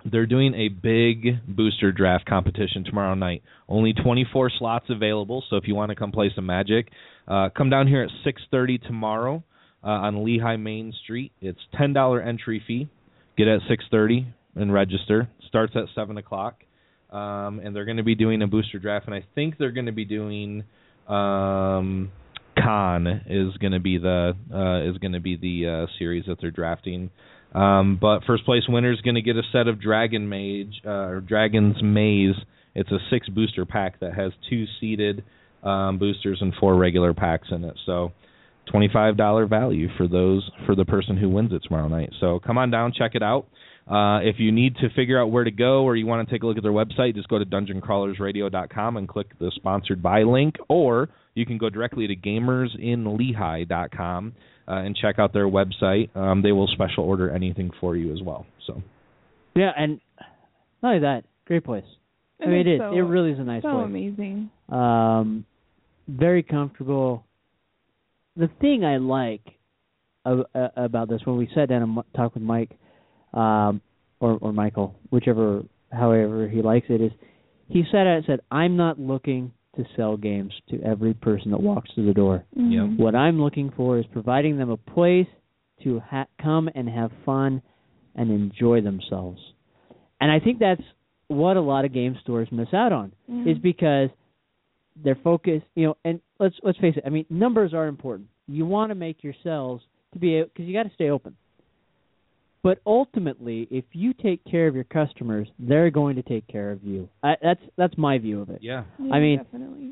Speaker 7: They're doing a big booster draft competition tomorrow night. Only 24 slots available, so if you want to come play some Magic, uh, come down here at 6:30 tomorrow uh, on Lehigh Main Street. It's $10 entry fee. Get at 6:30 and register. Starts at 7 o'clock, um, and they're going to be doing a booster draft. And I think they're going to be doing um, Khan is going to be the uh, is going to be the uh, series that they're drafting. Um, but first place winner is going to get a set of Dragon Mage uh, or Dragon's Maze. It's a six booster pack that has two seeded um, boosters and four regular packs in it. So twenty five dollar value for those for the person who wins it tomorrow night. So come on down, check it out. Uh, if you need to figure out where to go or you want to take a look at their website, just go to dungeoncrawlersradio.com and click the sponsored by link, or you can go directly to gamersinlehigh.com uh, and check out their website. Um, they will special order anything for you as well. So
Speaker 6: Yeah, and not only that, great place. I mean, it
Speaker 4: it's
Speaker 6: is.
Speaker 4: So,
Speaker 6: it really is a nice
Speaker 4: so
Speaker 6: place.
Speaker 4: amazing.
Speaker 6: um, very comfortable. The thing I like a, a, about this when we sat down and m- talked with Mike um, or or Michael, whichever, however he likes it, is he sat out and said, "I'm not looking to sell games to every person that walks through the door.
Speaker 7: Yeah.
Speaker 4: Mhm.
Speaker 6: What I'm looking for is providing them a place to ha- come and have fun and enjoy themselves." And I think that's what a lot of game stores miss out on
Speaker 4: Mhm.
Speaker 6: is because they're focused, you know, and let's let's face it. I mean, numbers are important. You want to make your sales to be because you got to stay open. But ultimately, if you take care of your customers, they're going to take care of you. I, that's that's my view of it.
Speaker 7: yeah,
Speaker 4: Yeah,
Speaker 6: I mean,
Speaker 4: definitely.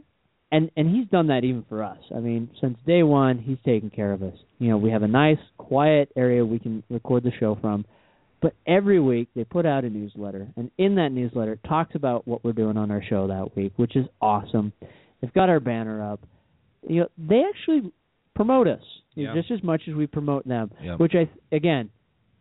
Speaker 6: And and he's done that even for us. I mean, since day one, he's taken care of us. You know, we have a nice, quiet area we can record the show from. But every week they put out a newsletter, and in that newsletter it talks about what we're doing on our show that week, which is awesome. They've got our banner up. You know, they actually promote us
Speaker 7: Yeah.
Speaker 6: just as much as we promote them.
Speaker 7: Yeah.
Speaker 6: Which I again,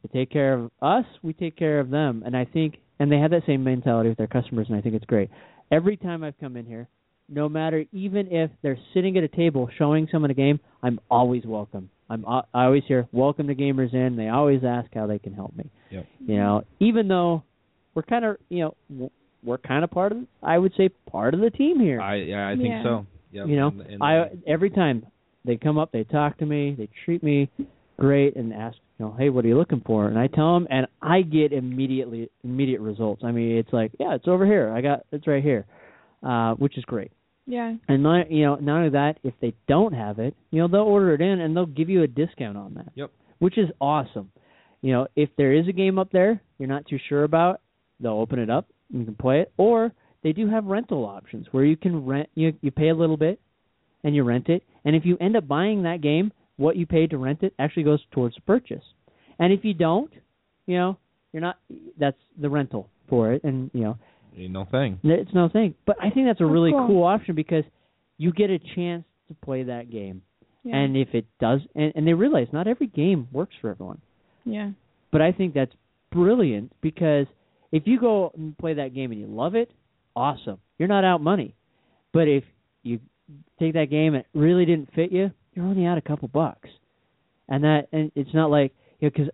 Speaker 6: they take care of us, we take care of them, and I think, and they have that same mentality with their customers, and I think it's great. Every time I've come in here, no matter even if they're sitting at a table showing someone a game, I'm always welcome. I'm I always hear welcome to gamers in. They always ask how they can help me
Speaker 7: Yep.
Speaker 6: you know even though we're kind of you know w- we're kind of part of i would say part of the team here
Speaker 7: I yeah, I think
Speaker 4: Yeah.
Speaker 7: so. Yep.
Speaker 6: you know
Speaker 7: And- and-
Speaker 6: i every time they come up they talk to me they treat me great and ask you know hey what are you looking for and i tell them and i get immediately immediate results i mean it's like yeah it's over here i got it's right here uh which is great
Speaker 4: Yeah.
Speaker 6: and not, you know not only that if they don't have it you know they'll order it in and they'll give you a discount on that
Speaker 7: Yep.
Speaker 6: which is awesome. You know, if there is a game up there you're not too sure about, they'll open it up and you can play it. Or they do have rental options where you can rent you you pay a little bit and you rent it. And if you end up buying that game, what you paid to rent it actually goes towards the purchase. And if you don't, you know, you're not that's the rental for it and you know,
Speaker 7: Ain't no thing.
Speaker 6: it's no thing. But I think that's a
Speaker 4: That's
Speaker 6: really
Speaker 4: cool.
Speaker 6: cool option because you get a chance to play that game.
Speaker 4: Yeah.
Speaker 6: And if it does and, and they realize not every game works for everyone.
Speaker 4: yeah.
Speaker 6: But I think that's brilliant because if you go and play that game and you love it, awesome. You're not out money. But if you take that game and it really didn't fit you, you're only out a couple bucks. And that and it's not like you know, 'cause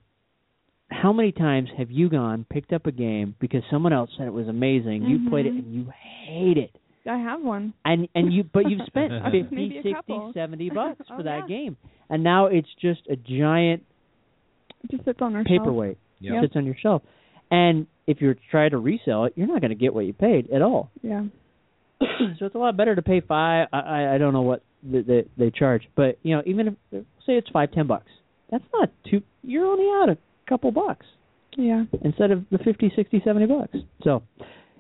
Speaker 6: how many times have you gone picked up a game because someone else said it was amazing, you played it
Speaker 4: Mhm.
Speaker 6: and you hate it.
Speaker 4: I have one.
Speaker 6: And and you but you've spent
Speaker 4: Maybe
Speaker 6: fifty,
Speaker 4: a
Speaker 6: sixty,
Speaker 4: couple.
Speaker 6: seventy bucks
Speaker 4: Oh,
Speaker 6: for that
Speaker 4: yeah.
Speaker 6: game. And now it's just a giant
Speaker 4: It just sits on our shelf.
Speaker 6: paperweight
Speaker 7: Yep.
Speaker 6: sits on your shelf. And if you're trying to resell it, you're not going to get what you paid at all.
Speaker 4: Yeah.
Speaker 6: so it's a lot better to pay five. I I, I don't know what the, the, they charge, but you know, even if say it's five, ten bucks, that's not too. You're only out a couple bucks
Speaker 4: Yeah.
Speaker 6: instead of the fifty, sixty, seventy bucks. So,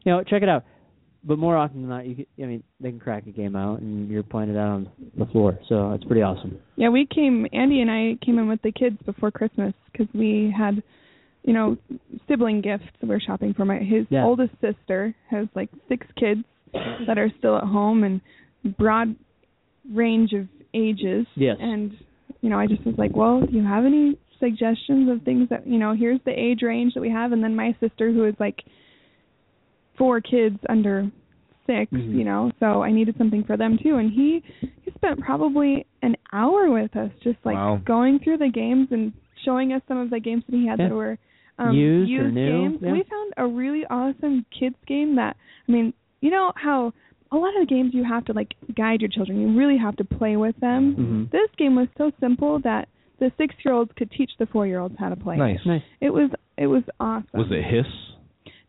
Speaker 6: you know, check it out. But more often than not, you can, I mean, they can crack a game out, and you're playing it out on the floor. So it's pretty awesome.
Speaker 4: Yeah, we came. Andy and I came in with the kids before Christmas because we had, you know, sibling gifts. We were shopping for my his
Speaker 6: Yeah.
Speaker 4: oldest sister has like six kids that are still at home and broad range of ages.
Speaker 6: Yes.
Speaker 4: And you know, I just was like, well, do you have any suggestions of things that you know? Here's the age range that we have, and then my sister who is like four kids under 6
Speaker 6: Mhm.
Speaker 4: you know. So I needed something for them too. And he he spent probably an hour with us, just like
Speaker 7: Wow.
Speaker 4: going through the games and showing us some of the games that he had
Speaker 6: Yeah.
Speaker 4: that were um,
Speaker 6: Used or new,
Speaker 4: games.
Speaker 6: yeah.
Speaker 4: We found a really awesome kids game that I mean, you know how a lot of the games you have to like guide your children. You really have to play with them.
Speaker 6: Mhm.
Speaker 4: This game was so simple that the six year olds could teach the four year olds how to play.
Speaker 7: Nice.
Speaker 6: Nice.
Speaker 4: It was it was awesome.
Speaker 7: Was it hiss?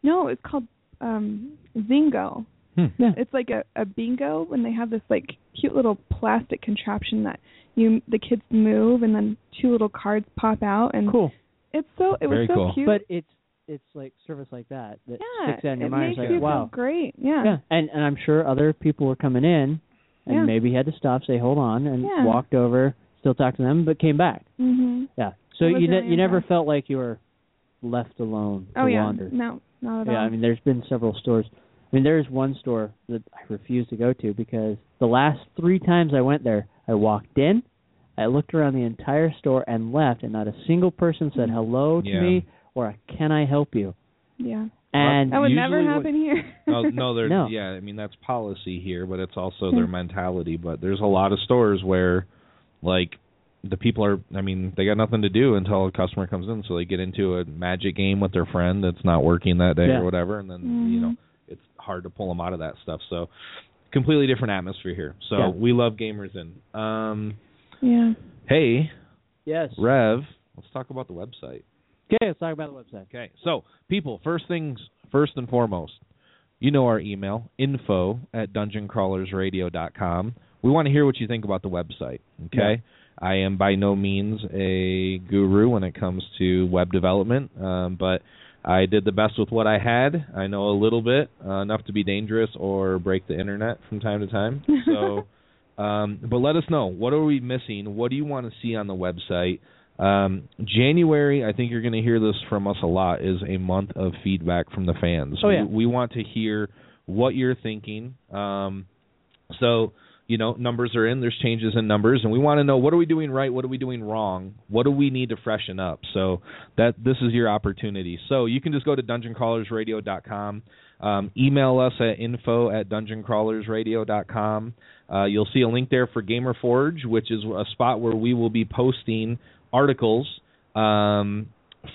Speaker 4: No, it's called um Zingo.
Speaker 7: Hmm.
Speaker 6: Yeah.
Speaker 4: It's like a, a bingo when they have this like cute little plastic contraption that you the kids move and then two little cards pop out and
Speaker 6: Cool.
Speaker 4: it's so it
Speaker 7: Very
Speaker 4: was so
Speaker 7: cool.
Speaker 4: cute.
Speaker 6: But it's it's like service like that that
Speaker 4: yeah,
Speaker 6: sticks out in your
Speaker 4: it
Speaker 6: mind.
Speaker 4: makes
Speaker 6: It's like
Speaker 4: you
Speaker 6: wow.
Speaker 4: feel great. Yeah.
Speaker 6: Yeah, and and I'm sure other people were coming in, and
Speaker 4: Yeah.
Speaker 6: maybe had to stop, say hold on, and
Speaker 4: Yeah.
Speaker 6: walked over, still talked to them, but came back.
Speaker 4: Mhm.
Speaker 6: Yeah, so
Speaker 4: It was
Speaker 6: you ne-
Speaker 4: really
Speaker 6: you never
Speaker 4: impressive.
Speaker 6: felt like you were left alone
Speaker 4: Oh
Speaker 6: to
Speaker 4: yeah.
Speaker 6: wander.
Speaker 4: No, not at
Speaker 6: yeah,
Speaker 4: all.
Speaker 6: I mean there's been several stores. I mean there is one store that I refuse to go to because the last three times I went there, I walked in, I looked around the entire store and left, and not a single person said
Speaker 4: Mm-hmm.
Speaker 6: hello to
Speaker 7: Yeah.
Speaker 6: me or a, can I help you.
Speaker 4: yeah.
Speaker 6: And
Speaker 4: That would never
Speaker 7: usually what-
Speaker 4: happen here.
Speaker 7: No, Oh, no, they're
Speaker 6: No. Hmm.
Speaker 7: yeah. I mean that's policy here, but it's also their mentality. But there's a lot of stores where, like, the people are. I mean, they got nothing to do until a customer comes in, so they get into a magic game with their friend that's not working that day
Speaker 6: Yeah. Mm-hmm.
Speaker 7: or whatever, and then you know it's hard to pull them out of that stuff. So completely different atmosphere here. So
Speaker 6: Yeah.
Speaker 7: we love gamers in. Um,
Speaker 4: yeah.
Speaker 7: hey,
Speaker 6: yes,
Speaker 7: Rev, let's talk about the website.
Speaker 6: okay, let's talk about the website.
Speaker 7: Okay. So, people, first things first and foremost, you know our email, info at dungeoncrawlersradio.com. We want to hear what you think about the website. Okay. I am by no means a guru when it comes to web development, um, but I did the best with what I had. I know a little bit, uh, enough to be dangerous or break the internet from time to time. So, um, but let us know what are we missing? What do you want to see on the website? Um, January, I think you're going to hear this from us a lot, is a month of feedback from the fans.
Speaker 6: Oh, yeah.
Speaker 7: we, we want to hear what you're thinking. Um, so, you know, numbers are in, there's changes in numbers, and we want to know what are we doing right, what are we doing wrong, what do we need to freshen up. So that this is your opportunity. So you can just go to dungeoncrawlersradio.com, um, email us at info at dungeoncrawlersradio.com. Uh, you'll see a link there for Gamer Forge, which is a spot where we will be posting articles um,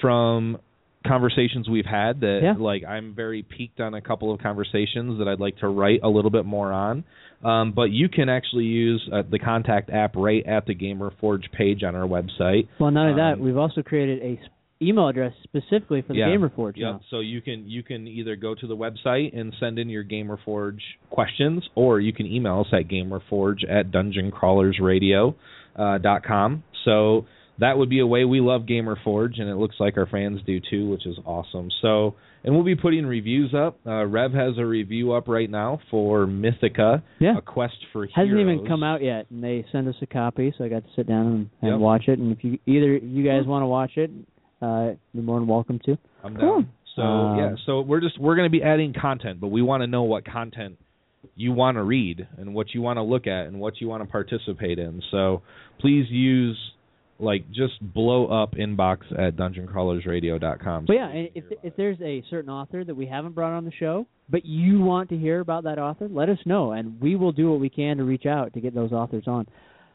Speaker 7: from conversations we've had that
Speaker 6: Yeah.
Speaker 7: like I'm very peaked on a couple of conversations that I'd like to write a little bit more on. Um, but you can actually use uh, the contact app right at the Gamer Forge page on our website.
Speaker 6: Well, not only that,
Speaker 7: Um,
Speaker 6: we've also created a s- email address specifically for the
Speaker 7: Yeah.
Speaker 6: Gamer Forge.
Speaker 7: Yep.
Speaker 6: now.
Speaker 7: So you can you can either go to the website and send in your Gamer Forge questions, or you can email us at gamerforge at dungeoncrawlersradio.com. com. so that would be a way we love Gamer Forge, and it looks like our fans do too, which is awesome. So and we'll be putting reviews up. Uh, Rev has a review up right now for Mythica,
Speaker 6: Yeah.
Speaker 7: a quest for
Speaker 6: Hasn't
Speaker 7: heroes.
Speaker 6: even come out yet, and they sent us a copy, so I got to sit down and, and
Speaker 7: Yep.
Speaker 6: watch it. And if you either you guys want to watch it, uh, you're more than welcome to.
Speaker 7: I'm
Speaker 4: Cool.
Speaker 7: down. So
Speaker 6: Um,
Speaker 7: yeah, so we're just we're going to be adding content, but we want to know what content you want to read and what you want to look at and what you want to participate in. So please use like just blow up inbox at dungeoncrawlersradio.com.
Speaker 6: But yeah, and if if there's a certain author that we haven't brought on the show, but you want to hear about that author, let us know, and we will do what we can to reach out to get those authors on.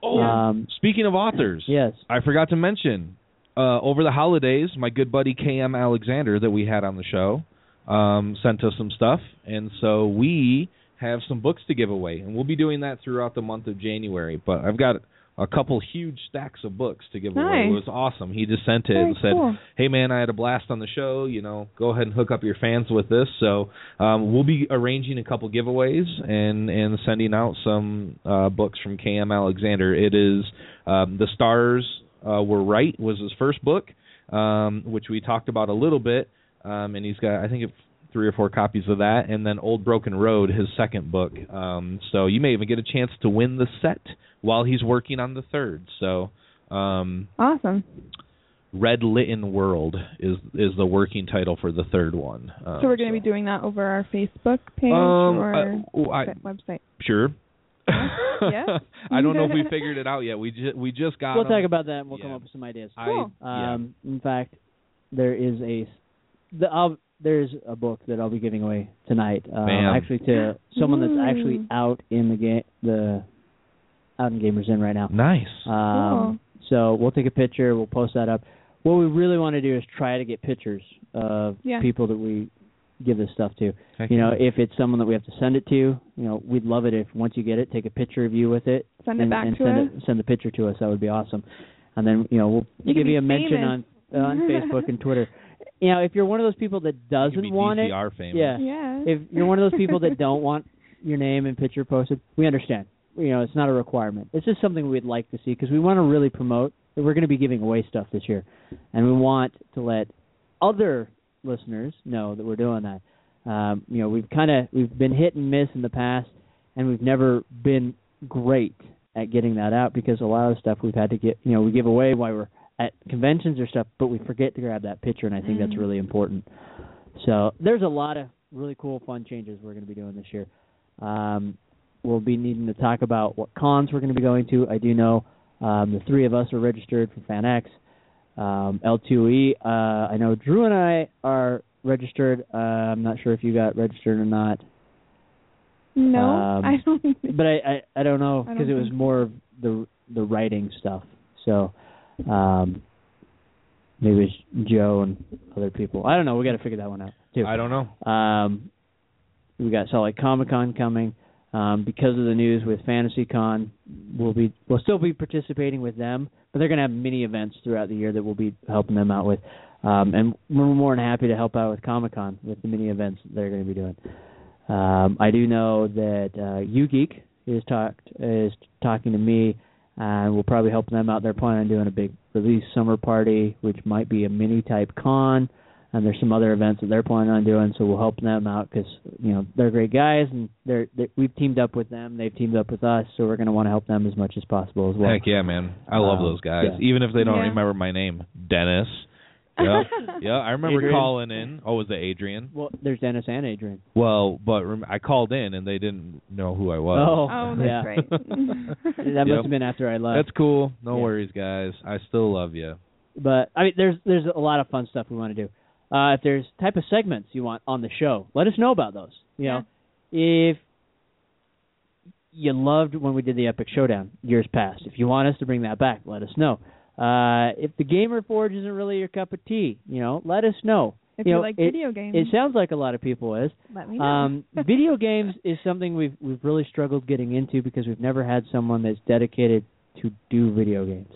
Speaker 7: oh,
Speaker 6: um,
Speaker 7: speaking of authors,
Speaker 6: Yes.
Speaker 7: I forgot to mention uh, over the holidays, my good buddy KM Alexander that we had on the show um, sent us some stuff, and so we have some books to give away, and we'll be doing that throughout the month of January. But I've got a couple huge stacks of books to give away. It was
Speaker 4: Nice.
Speaker 7: awesome. He just sent it
Speaker 4: Very
Speaker 7: and said,
Speaker 4: cool.
Speaker 7: "Hey man, I had a blast on the show. You know, go ahead and hook up your fans with this." So um, we'll be arranging a couple giveaways and and sending out some uh, books from KM Alexander. It is um, the stars uh, were right was his first book, um, which we talked about a little bit, um, and he's got I think three or four copies of that, and then Old Broken Road, his second book. Um, so you may even get a chance to win the set while he's working on the third. So. Um,
Speaker 4: Awesome.
Speaker 7: Red Litten World is is the working title for the third one. Um,
Speaker 4: So we're going to be
Speaker 6: Uh,
Speaker 4: doing that over our Facebook page
Speaker 7: Um,
Speaker 4: or
Speaker 7: I- oh, I-
Speaker 4: that website.
Speaker 7: sure.
Speaker 4: Yeah.
Speaker 7: I don't know if we figured it out yet. We just we just got.
Speaker 6: We'll
Speaker 7: them.
Speaker 6: talk about Um, that, and we'll come
Speaker 7: Yeah.
Speaker 6: up with some ideas.
Speaker 7: I-
Speaker 4: Cool.
Speaker 7: yeah.
Speaker 6: Um, In fact, there is a the uh, there's a book that I'll be giving away tonight. Uh,
Speaker 7: Bam.
Speaker 6: actually, to someone that's actually
Speaker 4: Ooh.
Speaker 6: out in the game, the out in Gamers Inn right now.
Speaker 7: Nice.
Speaker 4: Cool.
Speaker 6: Um, So we'll take a picture. We'll post that up. What we really want to do is try to get pictures of
Speaker 4: Yeah.
Speaker 6: people that we give this stuff to.
Speaker 7: Heck
Speaker 6: You know,
Speaker 7: yeah.
Speaker 6: if it's someone that we have to send it to, you know, we'd love it if once you get it, take a picture of you with it
Speaker 4: Send it
Speaker 6: and,
Speaker 4: back
Speaker 6: and
Speaker 4: to
Speaker 6: send
Speaker 4: us.
Speaker 6: It, send the picture to us. That would be awesome. And then you know we'll
Speaker 4: You
Speaker 6: give
Speaker 4: could
Speaker 6: you a
Speaker 4: be
Speaker 6: mention
Speaker 4: famous.
Speaker 6: on uh, on Facebook and Twitter. You know, if you're one of those people that
Speaker 7: You could be
Speaker 6: doesn't want it,
Speaker 7: DCR famous.
Speaker 6: yeah.
Speaker 4: Yeah.
Speaker 6: if you're one of those people that don't want your name and picture posted, we understand. You know, it's not a requirement. It's just something we'd like to see because we want to really promote. We're going to be giving away stuff this year, and we want to let other listeners know that we're doing that. Um, you know, we've kind of we've been hit and miss in the past, and we've never been great at getting that out because a lot of stuff we've had to get. You know, we give away while we're at conventions or stuff, but we forget to grab that picture, and I think that's really important. So there's a lot of really cool, fun changes we're going to be doing this year. Um, we'll be needing to talk about what cons we're going to be going to. I do know um, the three of us are registered for FanX, um, L2E. Uh, I know Drew and I are registered. Uh, I'm not sure if you got registered or not,
Speaker 4: no,
Speaker 6: um,
Speaker 4: I don't. think-
Speaker 6: but I I, I don't know
Speaker 4: I
Speaker 6: because it
Speaker 4: don't
Speaker 6: was
Speaker 4: think-
Speaker 6: more of the the writing stuff. So um, maybe it's Joe and other people. I don't know. We got to figure that one out too.
Speaker 7: I don't know.
Speaker 6: Um, we got Salt Lake Comic Con coming. Um, because of the news with Fantasy Con, we'll be we'll still be participating with them, but they're going to have mini events throughout the year that we'll be helping them out with. Um, and we're more than happy to help out with Comic Con with the mini events that they're going to be doing. Um, I do know that uh, UGeek is talked is talking to me, and we'll probably help them out. They're planning on doing a big release summer party, which might be a mini type con and there's some other events that they're planning on doing, so we'll help them out because you know they're great guys and they're, they we've teamed up with them, they've teamed up with us, so we're going to want to help them as much as possible as well.
Speaker 7: Heck yeah, man. I love
Speaker 6: Um,
Speaker 7: those guys.
Speaker 6: yeah.
Speaker 7: Even if they don't
Speaker 4: Yeah.
Speaker 7: remember my name. Dennis. Yeah. yeah, I remember
Speaker 6: Adrian.
Speaker 7: calling in. Oh, was it Adrian?
Speaker 6: Well, there's Dennis and Adrian.
Speaker 7: Well, but rem- I called in and they didn't know who I was.
Speaker 6: Oh,
Speaker 4: oh,
Speaker 6: yeah.
Speaker 4: that's great.
Speaker 7: Yep.
Speaker 6: that must have been after I left.
Speaker 7: That's cool. No
Speaker 6: Yeah.
Speaker 7: worries, guys. I still love you.
Speaker 6: but I mean, there's there's a lot of fun stuff we want to do. Uh, if there's type of segments you want on the show, let us know about those. You know, if you loved when we did the Epic Showdown years past, if you want us to bring that back, let us know. Uh, if the Gamer Forge isn't really your cup of tea, you know, let us know.
Speaker 4: If
Speaker 6: you,
Speaker 4: you
Speaker 6: know,
Speaker 4: like
Speaker 6: it-
Speaker 4: video games,
Speaker 6: It sounds like a lot of people is.
Speaker 4: let me Mm-hmm. know.
Speaker 6: Um, video games is something we've we've really struggled getting into because we've never had someone that's dedicated to do video games.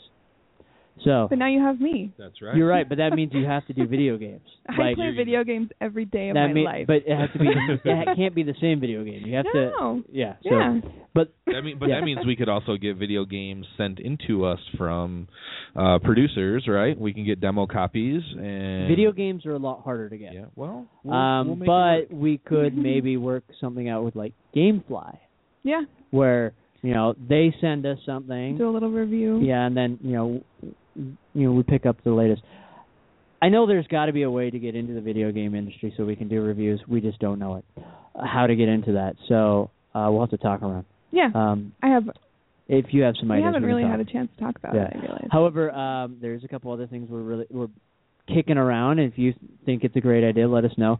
Speaker 6: So
Speaker 4: but now you have me.
Speaker 7: That's right.
Speaker 6: you're right, but that means you have to do video games.
Speaker 4: I
Speaker 6: Like,
Speaker 4: play video games every day of
Speaker 6: that
Speaker 4: my
Speaker 6: mean-
Speaker 4: life.
Speaker 6: but it has to be. it can't be the same video game. You have to.
Speaker 4: no.
Speaker 6: Yeah. So,
Speaker 4: yeah.
Speaker 6: But
Speaker 7: I mean, but
Speaker 6: Yeah.
Speaker 7: that means we could also get video games sent into us from uh, producers, right? We can get demo copies and
Speaker 6: video games are a lot harder to get.
Speaker 7: Yeah. Well, we'll- we'll
Speaker 6: um,
Speaker 7: make it work.
Speaker 6: but we could maybe work something out with like GameFly,
Speaker 4: yeah.
Speaker 6: where you know they send us something.
Speaker 4: Do a little review.
Speaker 6: Yeah, and then you know, you know, we pick up the latest. I know there's got to be a way to get into the video game industry so we can do reviews. We just don't know it, uh, how to get into that. So uh, we'll have to talk around.
Speaker 4: Yeah.
Speaker 6: Um,
Speaker 4: I have.
Speaker 6: if you have some
Speaker 4: We
Speaker 6: ideas,
Speaker 4: haven't
Speaker 6: we can
Speaker 4: really
Speaker 6: talk.
Speaker 4: had a chance to talk about
Speaker 6: Yeah.
Speaker 4: it. I realize.
Speaker 6: However, um, there's a couple other things we're really we're kicking around. If you think it's a great idea, let us know.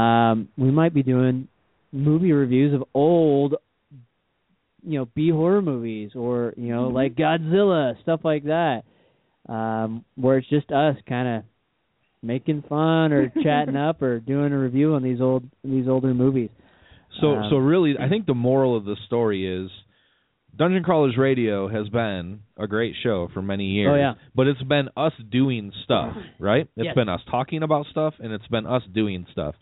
Speaker 6: Um, we might be doing movie reviews of old, you know, B horror movies or you know,
Speaker 4: Mhm.
Speaker 6: like Godzilla stuff like that, um, where it's just us kind of making fun or chatting up or doing a review on these old these older movies.
Speaker 7: So
Speaker 6: Um,
Speaker 7: so really, I think the moral of the story is Dungeon Crawlers Radio has been a great show for many years.
Speaker 6: Oh, yeah.
Speaker 7: But it's been us doing stuff, right? It's
Speaker 6: Yes.
Speaker 7: been us talking about stuff, and it's been us doing stuff.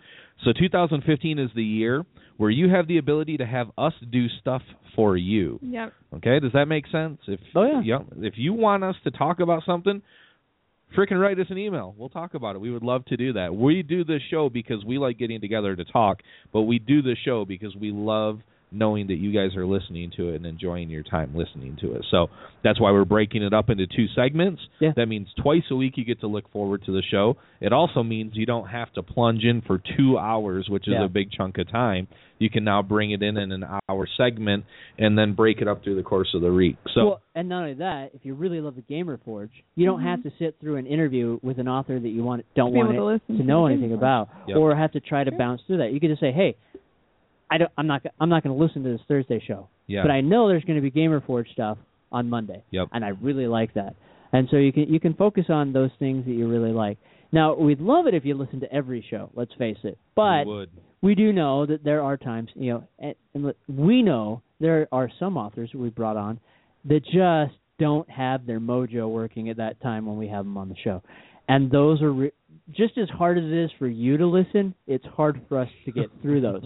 Speaker 7: So 2015 is the year where you have the ability to have us do stuff for you.
Speaker 4: Yep.
Speaker 7: Okay, does that make sense? If
Speaker 6: Oh, yeah.
Speaker 7: if you want us to talk about something, freaking write us an email. We'll talk about it. We would love to do that. We do this show because we like getting together to talk, but we do this show because we love knowing that you guys are listening to it and enjoying your time listening to it. So that's why we're breaking it up into two segments.
Speaker 6: Yeah.
Speaker 7: That means twice a week you get to look forward to the show. It also means you don't have to plunge in for two hours, which is
Speaker 6: Yeah.
Speaker 7: a big chunk of time. You can now bring it in in an hour segment and then break it up through the course of the week. So
Speaker 6: well, and not only that, if you really love the Gamer Forge, you don't have to sit through an interview with an author that you want don't
Speaker 4: Be able
Speaker 6: want
Speaker 4: Mm-hmm. to
Speaker 6: it-
Speaker 4: listen to
Speaker 6: know
Speaker 4: the
Speaker 6: anything
Speaker 4: Gamer
Speaker 6: about,
Speaker 7: Yep.
Speaker 6: or have to try to bounce through that. You could just say, "Hey, I don't, I'm not, go- I'm not going to listen to this Thursday show,
Speaker 7: Yeah.
Speaker 6: but I know there's going to be Gamer Forge stuff on Monday,
Speaker 7: Yep.
Speaker 6: and I really like that." And so you can you can focus on those things that you really like. Now we'd love it if you listened to every show. Let's face it, but
Speaker 7: you would.
Speaker 6: we do know that there are times, you know, and, and look, we know there are some authors we brought on that just don't have their mojo working at that time when we have them on the show. And those are re- just as hard as it is for you to listen, it's hard for us to get through those.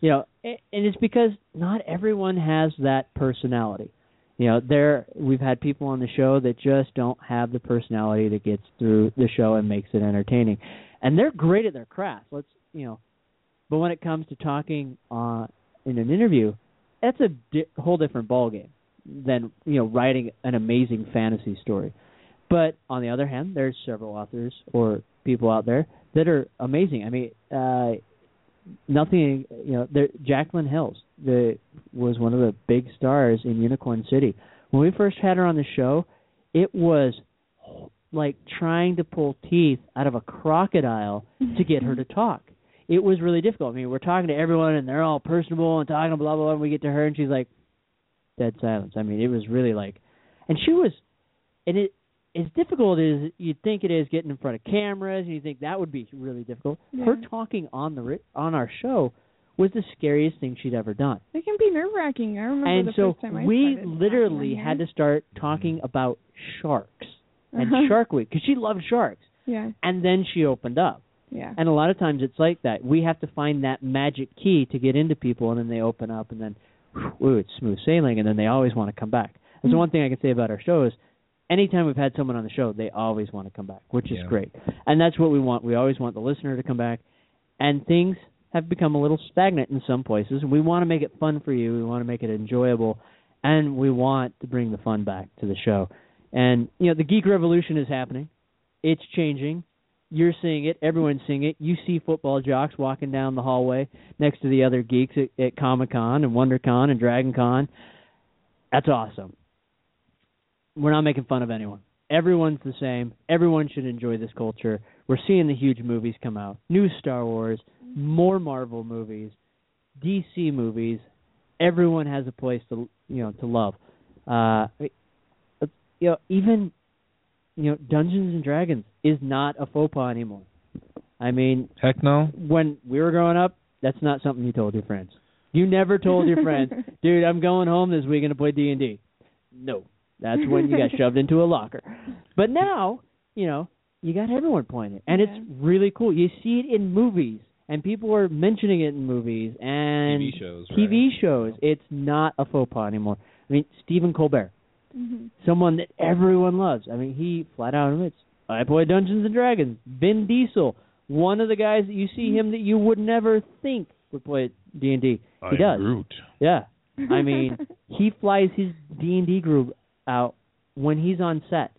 Speaker 6: You know, a- and it's because not everyone has that personality. You know, there we've had people on the show that just don't have the personality that gets through the show and makes it entertaining. And they're great at their craft. Let's, you know, but when it comes to talking uh, in an interview, that's a di- whole different ballgame than you know writing an amazing fantasy story. But on the other hand, there's several authors or people out there that are amazing. I mean, uh, nothing you know. There, Jacqueline Hills the, was one of the big stars in Unicorn City. When we first had her on the show, it was like trying to pull teeth out of a crocodile to get her to talk. It was really difficult. I mean, we're talking to everyone and they're all personable and talking blah blah blah. And we get to her and she's like dead silence. I mean, it was really like, and she was, and it as difficult as you'd think it is getting in front of cameras and you think that would be really difficult. Her
Speaker 4: Yeah.
Speaker 6: talking on the ri- on our show was the scariest thing she'd ever done
Speaker 4: It can be nerve wracking. I remember
Speaker 6: and
Speaker 4: the
Speaker 6: so
Speaker 4: first time I
Speaker 6: we
Speaker 4: started talking
Speaker 6: literally
Speaker 4: on here.
Speaker 6: had to start talking about sharks and
Speaker 4: Uh-huh.
Speaker 6: Shark Week because she loved sharks.
Speaker 4: Yeah,
Speaker 6: And then she opened up.
Speaker 4: yeah.
Speaker 6: And a lot of times it's like that. We have to find that magic key to get into people, and then they open up, and then whew, ooh, it's smooth sailing, and then they always want to come back. That's the
Speaker 4: Mhm.
Speaker 6: one thing I can say about our show is, anytime we've had someone on the show, they always want to come back, which is
Speaker 7: Yeah.
Speaker 6: great, and that's what we want. We always want the listener to come back, and things have become a little stagnant in some places, and we want to make it fun for you. We want to make it enjoyable, and we want to bring the fun back to the show. And you know, the geek revolution is happening. It's changing. You're seeing it. Everyone's seeing it. You see football jocks walking down the hallway next to the other geeks at, at Comic Con and WonderCon and Dragon Con. That's awesome. We're not making fun of anyone. Everyone's the same. Everyone should enjoy this culture. We're seeing the huge movies come out new Star Wars, more Marvel movies, DC movies. Everyone has a place to you know to love. Uh, you know, even you know, Dungeons and Dragons is not a faux pas anymore. I mean,
Speaker 7: Heck no.
Speaker 6: when we were growing up, that's not something you told your friends. You never told your friends, "Dude, I'm going home this weekend to play D and D." No, that's when you got shoved into a locker. But now, you know, you got everyone playing it, and
Speaker 4: Yeah.
Speaker 6: it's really cool. You see it in movies, and people are mentioning it in movies and
Speaker 7: TV shows.
Speaker 6: TV shows. It's not a faux pas anymore. I mean, Stephen Colbert
Speaker 4: hmm
Speaker 6: someone that everyone loves. I mean, he flat out admits, I play Dungeons and Dragons. Vin Diesel, one of the guys that you see him that you would never think would play D and D. He does. Yeah. I mean, he flies his D and D group out when he's on set,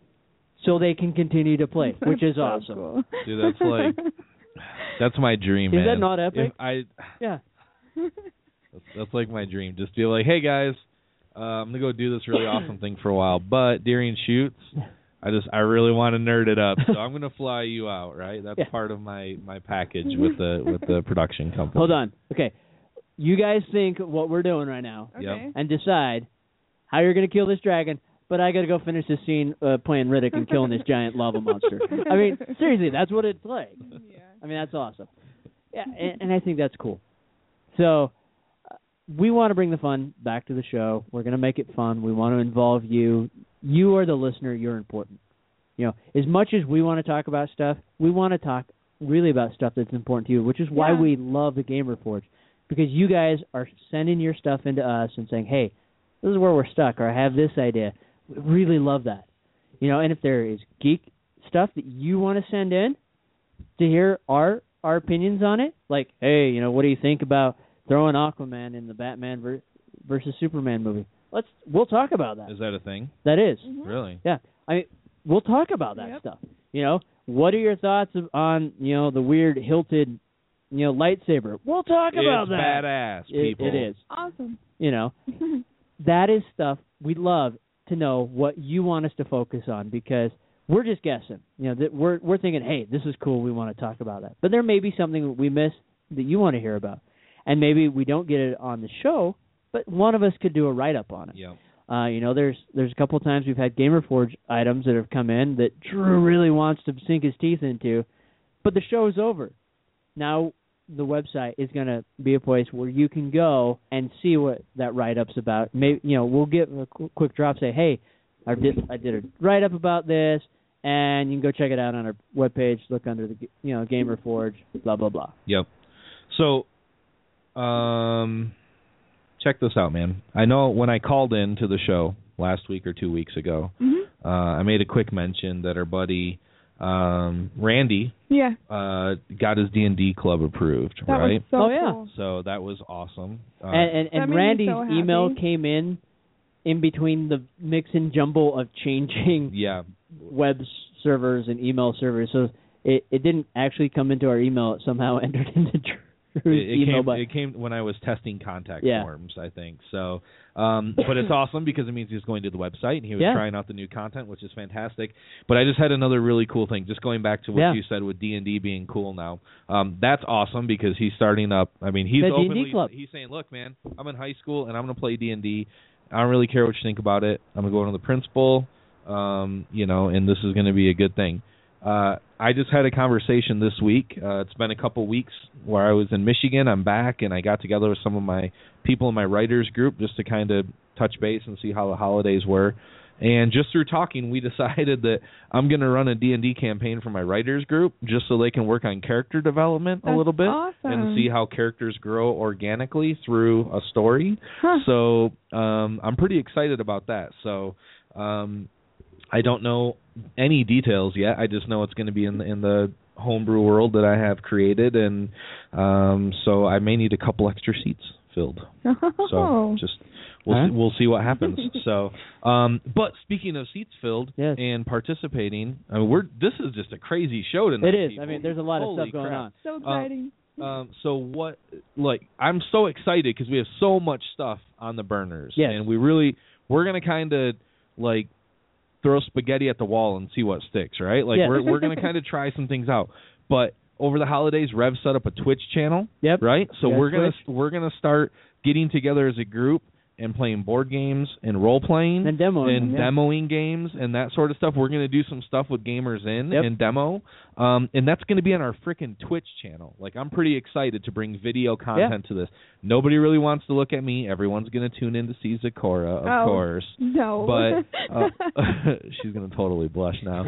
Speaker 6: so they can continue to play, which is
Speaker 4: So
Speaker 6: awesome.
Speaker 4: cool.
Speaker 7: Dude, that's like that's my dream.
Speaker 6: Is that
Speaker 7: man.
Speaker 6: not epic?
Speaker 7: If I
Speaker 6: Yeah.
Speaker 7: That's, that's like my dream. Just be like, hey guys, uh, I'm gonna go do this really awesome thing for a while, but during shoots, I just I really want to nerd it up, so I'm gonna fly you out. Right? That's
Speaker 6: Yeah.
Speaker 7: part of my my package with the with the production company.
Speaker 6: Hold on. Okay. You guys think what we're doing right now
Speaker 4: Okay.
Speaker 7: Yep.
Speaker 6: and decide how you're going to kill this dragon, but I got to go finish this scene uh, playing Riddick and killing this giant lava monster. I mean, seriously, that's what it's like.
Speaker 4: Yeah.
Speaker 6: I mean, that's awesome. Yeah, and, and I think that's cool. So uh, we want to bring the fun back to the show. We're going to make it fun. We want to involve you. You are the listener. You're important. You know, as much as we want to talk about stuff, we want to talk really about stuff that's important to you, which is why
Speaker 4: Yeah.
Speaker 6: we love the Gamer Forge, because you guys are sending your stuff into us and saying, "Hey, this is where we're stuck," or "I have this idea." We really love that. You know, and if there is geek stuff that you want to send in, to hear our our opinions on it. Like, hey, you know, what do you think about throwing Aquaman in the Batman ver- versus Superman movie. Let's we'll talk about that.
Speaker 7: Is that a thing?
Speaker 6: That is.
Speaker 7: Really?
Speaker 6: Yeah. I mean, we'll talk about that
Speaker 4: Yep.
Speaker 6: stuff. You know, what are your thoughts of- on, you know, the weird hilted, you know, lightsaber? We'll talk about
Speaker 7: it's
Speaker 6: that.
Speaker 7: badass,
Speaker 6: It-
Speaker 7: people.
Speaker 6: it is.
Speaker 4: Awesome.
Speaker 6: You know,
Speaker 7: Mm-hmm.
Speaker 6: that is stuff we love to know what you want us to focus on because we're just guessing. You know, that we're we're thinking, "Hey, this is cool. We want to talk about that." But there may be something that we miss that you want to hear about. And maybe we don't get it on the show, but one of us could do a write-up on it.
Speaker 7: Yeah.
Speaker 6: Uh, you know, there's there's a couple of times we've had Gamer Forge items that have come in that Drew really wants to sink his teeth into, but the show's over. Now the website is going to be a place where you can go and see what that write up's about. Maybe you know we'll give a qu- quick drop, say, hey, I did I did a write up about this, and you can go check it out on our webpage. Look under the g- you know Gamer Forge, blah blah blah.
Speaker 7: Yep. So, um, check this out, man. I know when I called in to the show last week or two weeks ago, uh, I made a quick mention that our buddy um, Randy
Speaker 4: Yeah,
Speaker 7: uh, got his D and D club approved,
Speaker 4: that
Speaker 7: right?
Speaker 4: was so
Speaker 6: Oh, yeah.
Speaker 4: cool.
Speaker 7: so that was awesome. Uh,
Speaker 6: and and,
Speaker 4: That made
Speaker 6: and
Speaker 4: me
Speaker 6: Randy's
Speaker 4: so happy.
Speaker 6: email came in in between the mix and jumble of changing
Speaker 7: yeah,
Speaker 6: web s- servers and email servers. So it it didn't actually come into our email. It somehow entered into Drew's
Speaker 7: it, it
Speaker 6: email.
Speaker 7: came
Speaker 6: but
Speaker 7: it came when I was testing contact
Speaker 6: Yeah.
Speaker 7: forms, I think. So, um, but it's awesome because it means he's going to the website and he was
Speaker 6: Yeah.
Speaker 7: trying out the new content, which is fantastic. But I just had another really cool thing. Just going back to what
Speaker 6: Yeah.
Speaker 7: you said with D and D being cool now, um, that's awesome because he's starting up. I mean, he's
Speaker 6: The D&D
Speaker 7: openly
Speaker 6: club.
Speaker 7: he's saying, "Look, man, I'm in high school and I'm going to play D and D. I don't really care what you think about it. I'm going to go into the principal, um, you know, and this is going to be a good thing." Uh, I just had a conversation this week. Uh, it's been a couple weeks where I was in Michigan. I'm back, and I got together with some of my people in my writers group just to kind of touch base and see how the holidays were. And just through talking, we decided that I'm going to run a D&D campaign for my writers group just so they can work on character development a
Speaker 4: That's
Speaker 7: little bit and
Speaker 4: awesome.
Speaker 7: see how characters grow organically through a story.
Speaker 4: Huh.
Speaker 7: So um, I'm pretty excited about that. So um, I don't know any details yet. I just know it's going to be in the, in the homebrew world that I have created, and um, so I may need a couple extra seats filled. So
Speaker 4: Oh.
Speaker 7: just we'll
Speaker 6: Huh?
Speaker 7: see, we'll see what happens. so, um, but speaking of seats filled
Speaker 6: Yes.
Speaker 7: and participating, I mean, we're this is just a crazy show tonight.
Speaker 6: it is. I
Speaker 7: people.
Speaker 6: mean, there's a lot
Speaker 7: Holy
Speaker 6: of stuff going
Speaker 7: crap.
Speaker 6: on.
Speaker 4: so exciting.
Speaker 7: Um, so what? Like, I'm so excited because we have so much stuff on the burners,
Speaker 6: Yes.
Speaker 7: and we really we're gonna kind of like throw spaghetti at the wall and see what sticks, right? Like,
Speaker 6: Yeah.
Speaker 7: we're we're gonna kind of try some things out. But over the holidays, Rev set up a Twitch channel,
Speaker 6: Yep.
Speaker 7: right? So
Speaker 6: Yeah,
Speaker 7: we're gonna
Speaker 6: Twitch.
Speaker 7: we're gonna start getting together as a group and playing board games and role playing
Speaker 6: And demoing
Speaker 7: and
Speaker 6: them, yeah.
Speaker 7: demoing games and that sort of stuff. We're gonna do some stuff with gamers in
Speaker 6: Yep.
Speaker 7: and demo, um, and that's gonna be on our freaking Twitch channel. Like I'm pretty excited to bring video content to this. Nobody really wants to look at me. Everyone's gonna tune in to see Zakora, of
Speaker 4: Oh.
Speaker 7: course,
Speaker 4: No,
Speaker 7: but uh, she's gonna totally blush now.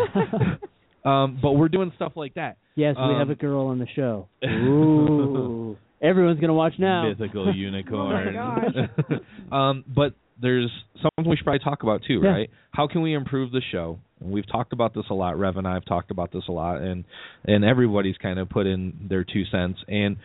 Speaker 7: um, but we're doing stuff like that.
Speaker 6: Yes, we
Speaker 7: Um,
Speaker 6: have a girl on the show. Ooh, everyone's gonna watch now.
Speaker 7: Mythical unicorn.
Speaker 4: Oh
Speaker 7: um, but there's something we should probably talk about too,
Speaker 6: Yeah.
Speaker 7: right? How can we improve the show? And we've talked about this a lot. Rev and I have talked about this a lot, and and everybody's kind of put in their two cents. And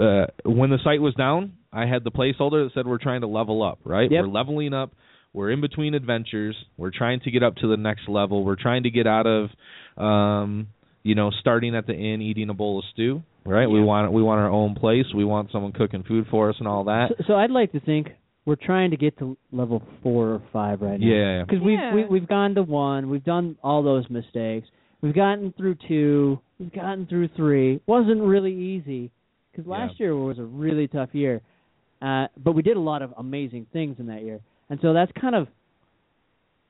Speaker 7: uh, when the site was down, I had the placeholder that said we're trying to level up, right?
Speaker 6: Yep.
Speaker 7: We're leveling up. We're in between adventures. We're trying to get up to the next level. We're trying to get out of, um, you know, starting at the inn, eating a bowl of stew, right? We want we want our own place. We want someone cooking food for us and all that.
Speaker 6: So, so I'd like to think we're trying to get to level four or five right now.
Speaker 7: Yeah.
Speaker 6: because
Speaker 4: Yeah.
Speaker 6: we've we, we've gone to one, we've done all those mistakes, we've gotten through two, we've gotten through three. wasn't really easy because
Speaker 7: Yeah.
Speaker 6: last year was a really tough year, uh, but we did a lot of amazing things in that year, and so that's kind of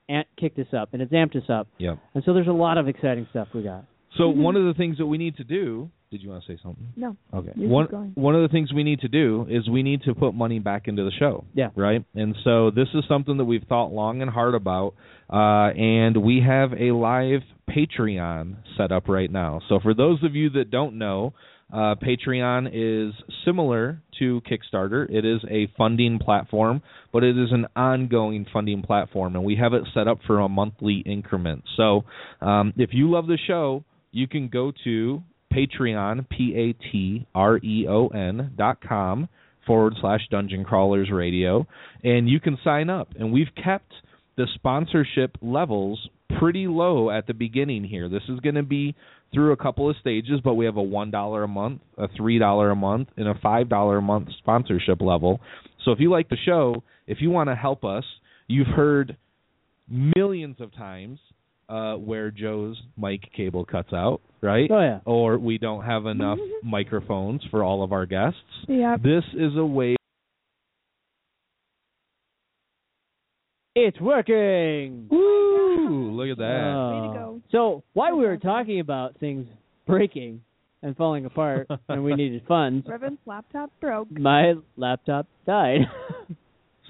Speaker 6: ant- kicked us up and it's amped us up,
Speaker 7: Yep.
Speaker 6: and so there's a lot of exciting stuff we got.
Speaker 7: So one of the things that we need to do. Did you want to say something?
Speaker 4: no.
Speaker 7: Okay.
Speaker 4: You keep
Speaker 7: one
Speaker 4: going.
Speaker 7: one of the things we need to do is we need to put money back into the show.
Speaker 6: Yeah.
Speaker 7: Right. And so this is something that we've thought long and hard about, uh, and we have a live Patreon set up right now. So for those of you that don't know, uh, Patreon is similar to Kickstarter. It is a funding platform, but it is an ongoing funding platform, and we have it set up for a monthly increment. So um, if you love the show, you can go to Patreon, P A T R E O N dot com forward slash Dungeon Crawlers Radio, and you can sign up. And we've kept the sponsorship levels pretty low at the beginning here. This is going to be through a couple of stages, but we have a $1 a month, a $3 a month, and a $5 a month sponsorship level. So if you like the show, if you want to help us, you've heard millions of times uh, where Joe's mic cable cuts out, right?
Speaker 6: Oh, yeah.
Speaker 7: Or we don't have enough microphones for all of our guests.
Speaker 4: Yeah.
Speaker 7: This is a way
Speaker 6: It's working.
Speaker 7: Woo! Look at that.
Speaker 4: Way
Speaker 6: Oh.
Speaker 4: to go.
Speaker 6: So while we were talking about things breaking and falling apart, and we needed funds,
Speaker 4: Revan's laptop broke.
Speaker 6: my laptop died.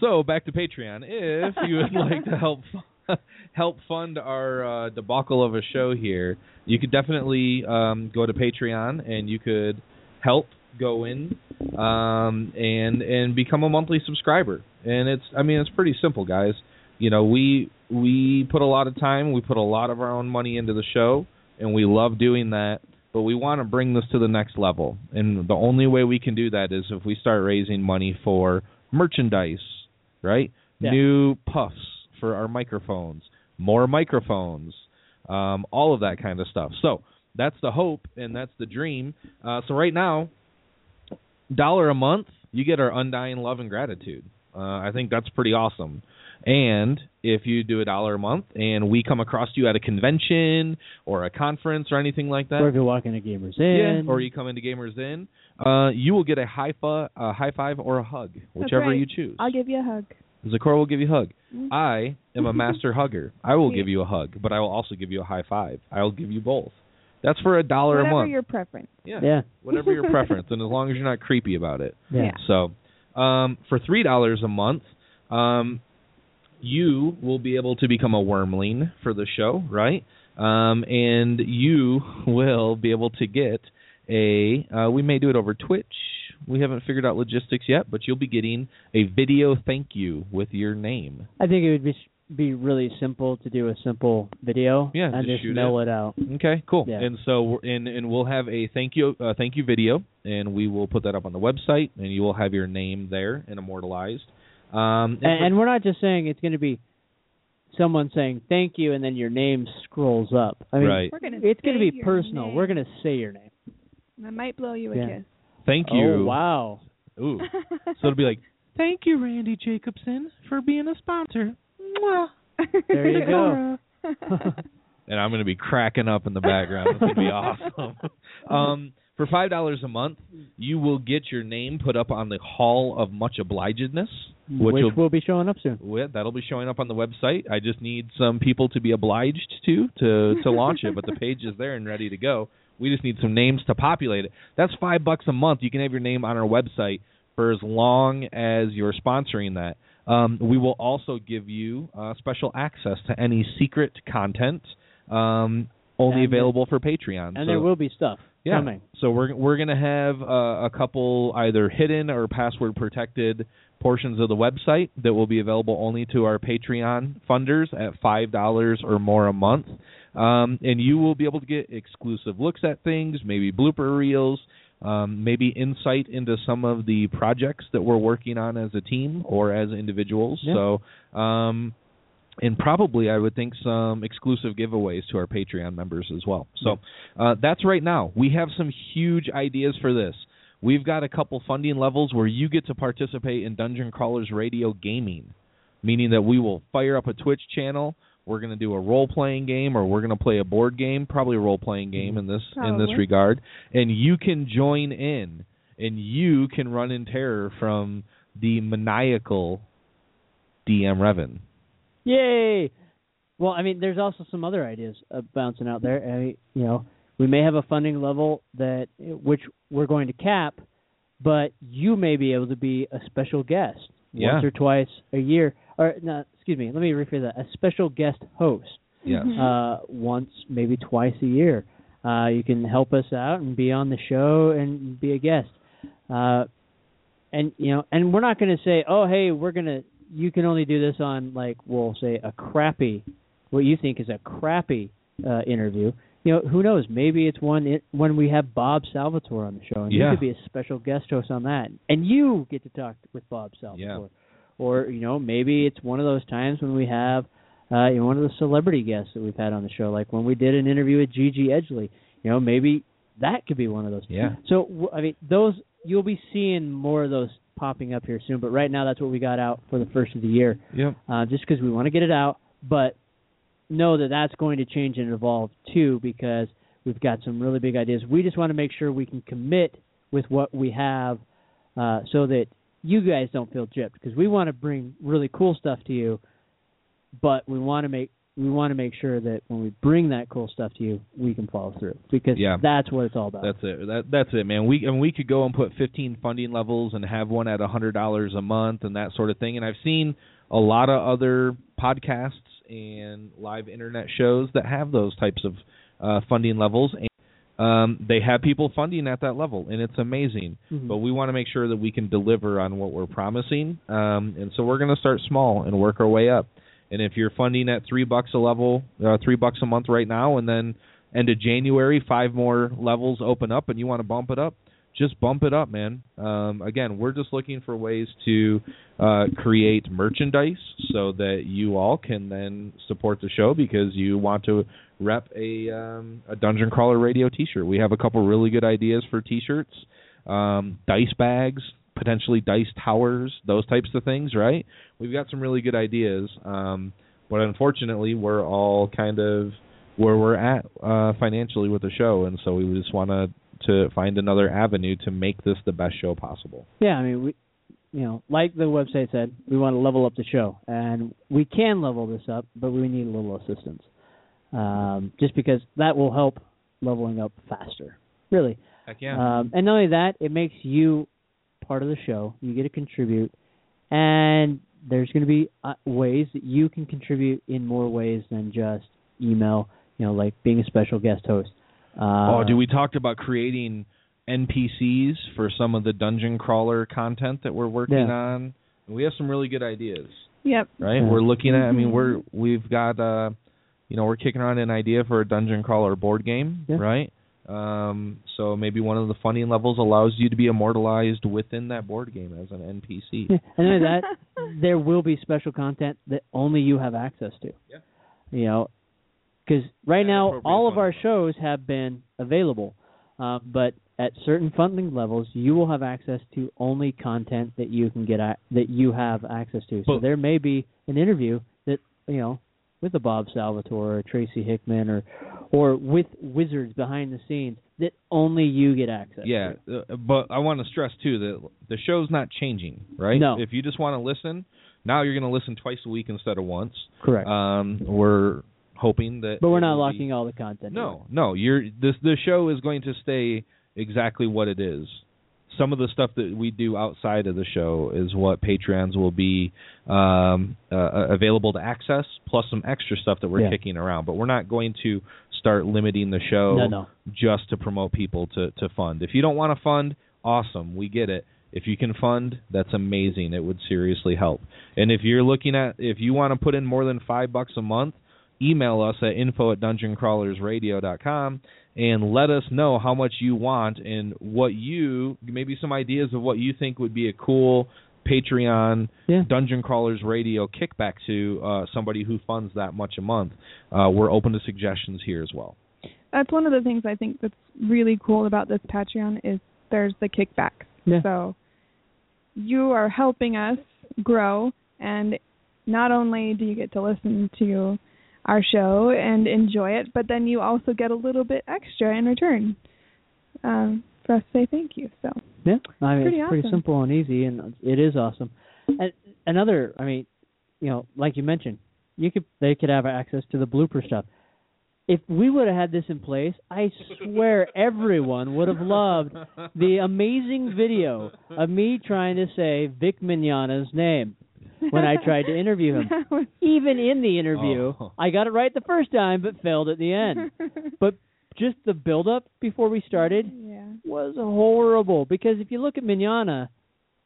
Speaker 7: So back to Patreon. If you would like to help help fund our uh, debacle of a show here, you could definitely um, go to Patreon and you could help go in um, and and become a monthly subscriber. And it's I mean it's pretty simple, guys. You know we we put a lot of time, we put a lot of our own money into the show, and we love doing that. But we want to bring this to the next level, and the only way we can do that is if we start raising money for merchandise right?
Speaker 6: Yeah.
Speaker 7: New puffs for our microphones, more microphones, um, all of that kind of stuff. So that's the hope and that's the dream. Uh, so right now, dollar a month, you get our undying love and gratitude. Uh, I think that's pretty awesome. And if you do a dollar a month and we come across you at a convention or a conference or anything like that,
Speaker 6: or if you walk into Gamers Inn,
Speaker 7: or you come into Gamers In, uh, you will get a high, fi- a high five or a hug, whichever
Speaker 4: right.
Speaker 7: you choose.
Speaker 4: I'll give you a hug.
Speaker 7: Zakor will give you a hug.
Speaker 4: Mhm.
Speaker 7: I am a master hugger. I will
Speaker 4: Sweet.
Speaker 7: give you a hug, but I will also give you a high five. I will give you both. That's for a dollar
Speaker 4: Whatever
Speaker 7: a month.
Speaker 4: your preference.
Speaker 7: yeah.
Speaker 6: yeah,
Speaker 7: Whatever your preference, and as long as you're not creepy about it.
Speaker 6: yeah,
Speaker 4: Yeah.
Speaker 7: So, um, for three dollars a month, um, you will be able to become a wormling for the show, right? Um, and you will be able to get a. Uh, we may do it over Twitch. We haven't figured out logistics yet, but you'll be getting a video thank you with your name.
Speaker 6: I think it would be be really simple to do a simple video
Speaker 7: Yeah,
Speaker 6: and
Speaker 7: just
Speaker 6: just
Speaker 7: shoot
Speaker 6: mail it out.
Speaker 7: Okay, cool.
Speaker 6: Yeah.
Speaker 7: And so we're- and and we'll have a thank you uh, thank you video, and we will put that up on the website, and you will have your name there and immortalized. Um, and,
Speaker 6: and, and we're not just saying it's going to be someone saying thank you and then your name scrolls up. I mean,
Speaker 7: right,
Speaker 4: We're gonna
Speaker 6: it's going to
Speaker 4: say
Speaker 6: be
Speaker 4: your
Speaker 6: personal.
Speaker 4: name.
Speaker 6: We're going to say your name.
Speaker 4: And I might blow you a
Speaker 6: Yeah.
Speaker 4: kiss.
Speaker 7: thank you.
Speaker 6: Oh wow!
Speaker 7: Ooh. So it'll be like thank you, Randy Jacobson, for being a sponsor.
Speaker 6: There you go.
Speaker 7: and I'm going to be cracking up in the background. It's going to be awesome. Um, for five dollars a month, you will get your name put up on the Hall of Much Obligedness, which, will
Speaker 6: will be showing up soon.
Speaker 7: with that'll be showing up on the website. I just need some people to be obliged to to to launch it, but the page is there and ready to go. We just need some names to populate it. That's five bucks a month. You can have your name on our website for as long as you're sponsoring that. Um, we will also give you uh, special access to any secret content um, only
Speaker 6: And-
Speaker 7: available for Patreon.
Speaker 6: And
Speaker 7: So-
Speaker 6: there will be stuff
Speaker 7: yeah.
Speaker 6: coming.
Speaker 7: So we're we're gonna have uh, a couple either hidden or password protected portions of the website that will be available only to our Patreon funders at five dollars or more a month, um, and you will be able to get exclusive looks at things, maybe blooper reels. Um, maybe insight into some of the projects that we're working on as a team or as individuals.
Speaker 6: Yeah.
Speaker 7: So, um, and probably I would think some exclusive giveaways to our Patreon members as well. So uh, that's right now. We have some huge ideas for this. We've got a couple funding levels where you get to participate in Dungeon Crawlers Radio gaming, meaning that we will fire up a Twitch channel. We're going to do a role playing game, or we're going to play a board game, probably a role playing game in this in this
Speaker 4: Probably.
Speaker 7: regard, and you can join in, and you can run in terror from the maniacal DM Revan.
Speaker 6: Yay! Well, I mean, there's also some other ideas uh, bouncing out there. I mean, you know, we may have a funding level that which we're going to cap, but you may be able to be a special guest
Speaker 7: Yeah.
Speaker 6: once or twice a year. Or no, excuse me, let me rephrase that: a special guest host
Speaker 7: Yes.
Speaker 4: Mm-hmm.
Speaker 6: uh, once, maybe twice a year. Uh, you can help us out and be on the show and be a guest. Uh, and you know, and we're not going to say, oh, hey, we're gonna. You can only do this on like we'll say a crappy, what you think is a crappy uh, interview. you know, who knows? Maybe it's one it, when we have Bob Salvatore on the show, and
Speaker 7: Yeah.
Speaker 6: you could be a special guest host on that, and you get to talk with Bob Salvatore.
Speaker 7: Yeah.
Speaker 6: Or you know, maybe it's one of those times when we have uh, you know, one of the celebrity guests that we've had on the show, like when we did an interview with Gigi Edgley. You know, maybe that could be one of those.
Speaker 7: Yeah.
Speaker 6: So w- I mean, those you'll be seeing more of those popping up here soon. But right now, that's what we got out for the first of the year
Speaker 7: Yep.
Speaker 6: uh, just because we want to get it out, but know that that's going to change and evolve too because we've got some really big ideas. We just want to make sure we can commit with what we have uh, so that you guys don't feel gypped because we want to bring really cool stuff to you, but we want to make we want to make sure that when we bring that cool stuff to you, we can follow through because
Speaker 7: Yeah.
Speaker 6: that's what it's all about.
Speaker 7: That's it. That that's it, man. We and we could go and put 15 funding levels and have one at a $100 a month and that sort of thing. And I've seen a lot of other podcasts and live internet shows that have those types of uh, funding levels, and um, they have people funding at that level, and it's amazing.
Speaker 6: Mhm.
Speaker 7: But we want to make sure that we can deliver on what we're promising, um, and so we're going to start small and work our way up. And if you're funding at three bucks a level, uh, three bucks a month right now, and then end of January, five more levels open up, and you want to bump it up, just bump it up, man. Um, again, we're just looking for ways to uh, create merchandise so that you all can then support the show because you want to rep a um, a Dungeon Crawler Radio T-shirt. We have a couple really good ideas for T-shirts, um, dice bags, potentially dice towers, those types of things. Right? We've got some really good ideas, um, but unfortunately, we're all kind of where we're at uh, financially with the show, and so we just want to to find another avenue to make this the best show possible.
Speaker 6: Yeah, I mean, we, you know, like the website said, we want to level up the show, and we can level this up, but we need a little assistance, um, just because that will help leveling up faster. Really,
Speaker 7: Heck
Speaker 6: um, and not only that, it makes you part of the show. You get to contribute, and there's going to be uh, ways that you can contribute in more ways than just email. You know, like being a special guest host. Uh,
Speaker 7: oh, dude, we talked about creating NPCs for some of the dungeon crawler content that we're working
Speaker 6: Yeah.
Speaker 7: on. We have some really good ideas,
Speaker 4: Yep.
Speaker 7: right?
Speaker 6: Yeah. Mm-hmm.
Speaker 7: We're looking at. I mean, we're we've got uh, you know, we're kicking around an idea for a dungeon crawler board game,
Speaker 6: Yeah.
Speaker 7: right? Um, so maybe one of the funding levels allows you to be immortalized within that board game as an NPC.
Speaker 6: Yeah, and then that there will be special content that only you have access to.
Speaker 7: Yeah.
Speaker 6: You know, because right
Speaker 7: At
Speaker 6: now
Speaker 7: appropriate
Speaker 6: all of
Speaker 7: funding
Speaker 6: our shows have been available, uh, but at certain funding levels, you will have access to only content that you can get a- that you have access to. So
Speaker 7: But-
Speaker 6: there may be an interview that you know with a Bob Salvatore or Tracy Hickman or or with wizards behind the scenes that only you get access.
Speaker 7: yeah,
Speaker 6: to.
Speaker 7: uh, but I want to stress too that the show's not changing, right?
Speaker 6: No.
Speaker 7: If you just want to listen, now you're going to listen twice a week instead of once.
Speaker 6: correct.
Speaker 7: Um, we're hoping that,
Speaker 6: but we're not
Speaker 7: it will
Speaker 6: locking
Speaker 7: be-
Speaker 6: all the content.
Speaker 7: No, no, you're this. The show is going to stay exactly what it is. Some of the stuff that we do outside of the show is what Patreons will be um, uh, available to access, plus some extra stuff that we're
Speaker 6: Yeah.
Speaker 7: kicking around. But we're not going to start limiting the show
Speaker 6: No, no.
Speaker 7: just to promote people to to fund. If you don't want to fund, awesome, we get it. If you can fund, that's amazing. It would seriously help. And if you're looking at if you want to put in more than five bucks a month, email us at info at dungeoncrawlersradio.com and let us know how much you want and what you maybe some ideas of what you think would be a cool Patreon
Speaker 6: Yeah.
Speaker 7: Dungeon Crawlers Radio kickback to uh, somebody who funds that much a month. Uh, we're open to suggestions here as well.
Speaker 4: That's one of the things I think that's really cool about this Patreon is there's the kickback.
Speaker 6: Yeah.
Speaker 4: So you are helping us grow and not only do you get to listen to our show and enjoy it, but then you also get a little bit extra in return. Um, for us to say thank you. So
Speaker 6: Yeah, I mean
Speaker 4: Pretty
Speaker 6: it's pretty
Speaker 4: awesome.
Speaker 6: simple and easy, and it is awesome. And another, I mean, you know, like you mentioned, you could they could have access to the blooper stuff. If we would have had this in place, I swear everyone would have loved the amazing video of me trying to say Vic Mignogna's name when I tried to interview him.
Speaker 4: that was
Speaker 6: Even in the interview,
Speaker 7: Oh.
Speaker 6: I got it right the first time, but failed at the end. But just the build up before we started,
Speaker 4: yeah.
Speaker 6: was horrible because if you look at Mignana,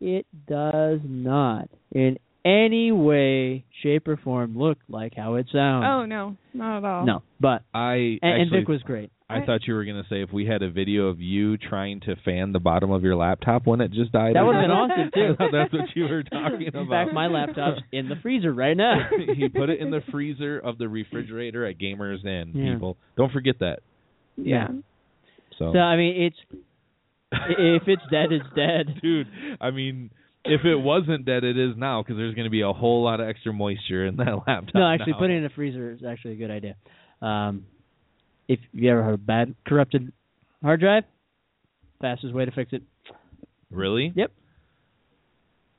Speaker 6: it does not in any way, shape, or form look like how it
Speaker 4: Oh
Speaker 6: sounds.
Speaker 4: no, not at all.
Speaker 6: Um, no, but
Speaker 7: I
Speaker 6: and, and
Speaker 7: actually,
Speaker 6: Vic was great.
Speaker 7: I thought you were gonna say if we had a video of you trying to fan the bottom of your laptop when it just died.
Speaker 6: That
Speaker 7: out.
Speaker 6: would have been awesome
Speaker 7: I
Speaker 6: too.
Speaker 7: thought that's what you were talking about.
Speaker 6: In fact, my laptop's in the freezer right now.
Speaker 7: he put it in the freezer of the refrigerator at Gamers Inn.
Speaker 6: Yeah.
Speaker 7: People, don't forget that.
Speaker 4: Yeah.
Speaker 7: So,
Speaker 6: So I mean, it's if it's dead, it's dead.
Speaker 7: dude, I mean, if it wasn't that, it is now because there's going to be a whole lot of extra moisture in that laptop.
Speaker 6: No, actually,
Speaker 7: now.
Speaker 6: putting it in the freezer is actually a good idea. Um, if you ever have a bad corrupted hard drive, fastest way to fix it.
Speaker 7: Really?
Speaker 6: Yep.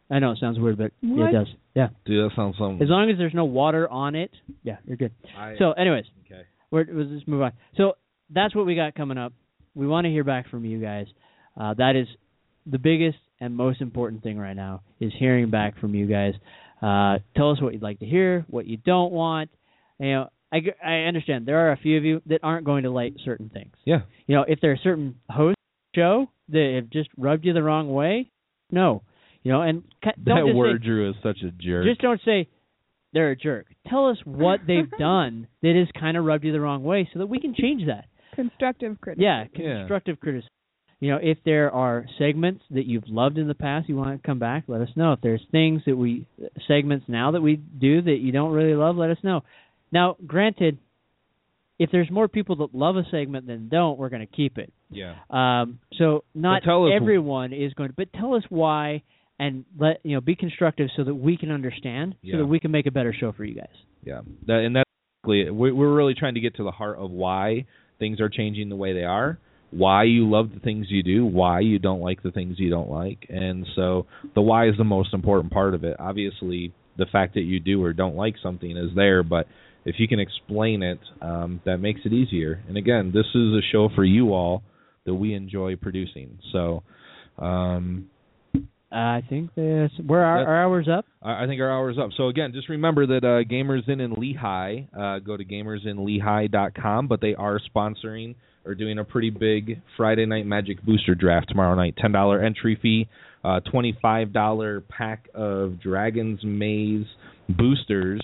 Speaker 6: I know it sounds weird, but
Speaker 4: What?
Speaker 6: it does. Yeah,
Speaker 7: Dude, that sounds something.
Speaker 6: as long as there's no water on it, yeah, you're good.
Speaker 7: I-
Speaker 6: So, anyways,
Speaker 7: okay.
Speaker 6: we're, let's just move on. So that's what we got coming up. We want to hear back from you guys. Uh, that is the biggest and most important thing right now is hearing back from you guys. Uh, tell us what you'd like to hear, what you don't want. You know, I, g- I understand there are a few of you that aren't going to like certain things.
Speaker 7: Yeah.
Speaker 6: You know, if there are certain hosts of the show that have just rubbed you the wrong way, no. You know, and ca- don't
Speaker 7: That
Speaker 6: just say-
Speaker 7: word Drew is such a jerk.
Speaker 6: just don't say they're a jerk. Tell us what they've done that has kind of rubbed you the wrong way so that we can change that.
Speaker 4: Constructive criticism.
Speaker 6: Yeah,
Speaker 7: Yeah.
Speaker 6: constructive criticism. You know, if there are segments that you've loved in the past, you want to come back, let us know. If there's things that we segments now that we do that you don't really love, let us know. Now, granted, if there's more people that love a segment than don't, we're going to keep it.
Speaker 7: yeah.
Speaker 6: Um, so not
Speaker 7: But tell us-
Speaker 6: everyone is going to, but tell us why and let you know be constructive so that we can understand,
Speaker 7: Yeah.
Speaker 6: so that we can make a better show for you guys.
Speaker 7: Yeah, that, and that's basically it. We- We're really trying to get to the heart of why things are changing the way they are, why you love the things you do, why you don't like the things you don't like, and so the why is the most important part of it. Obviously, the fact that you do or don't like something is there, but if you can explain it, um, that makes it easier. And again, this is a show for you all that we enjoy producing. So. Um,
Speaker 6: I think that's where our,
Speaker 7: That-
Speaker 6: our hours up.
Speaker 7: I I think our hour is up. So again, just remember that uh, Gamers In in Lehigh. Uh, go to gamersinlehigh.com, but they are sponsoring or doing a pretty big Friday night Magic booster draft tomorrow night. Ten dollar entry fee, uh, twenty five dollar pack of Dragons Maze boosters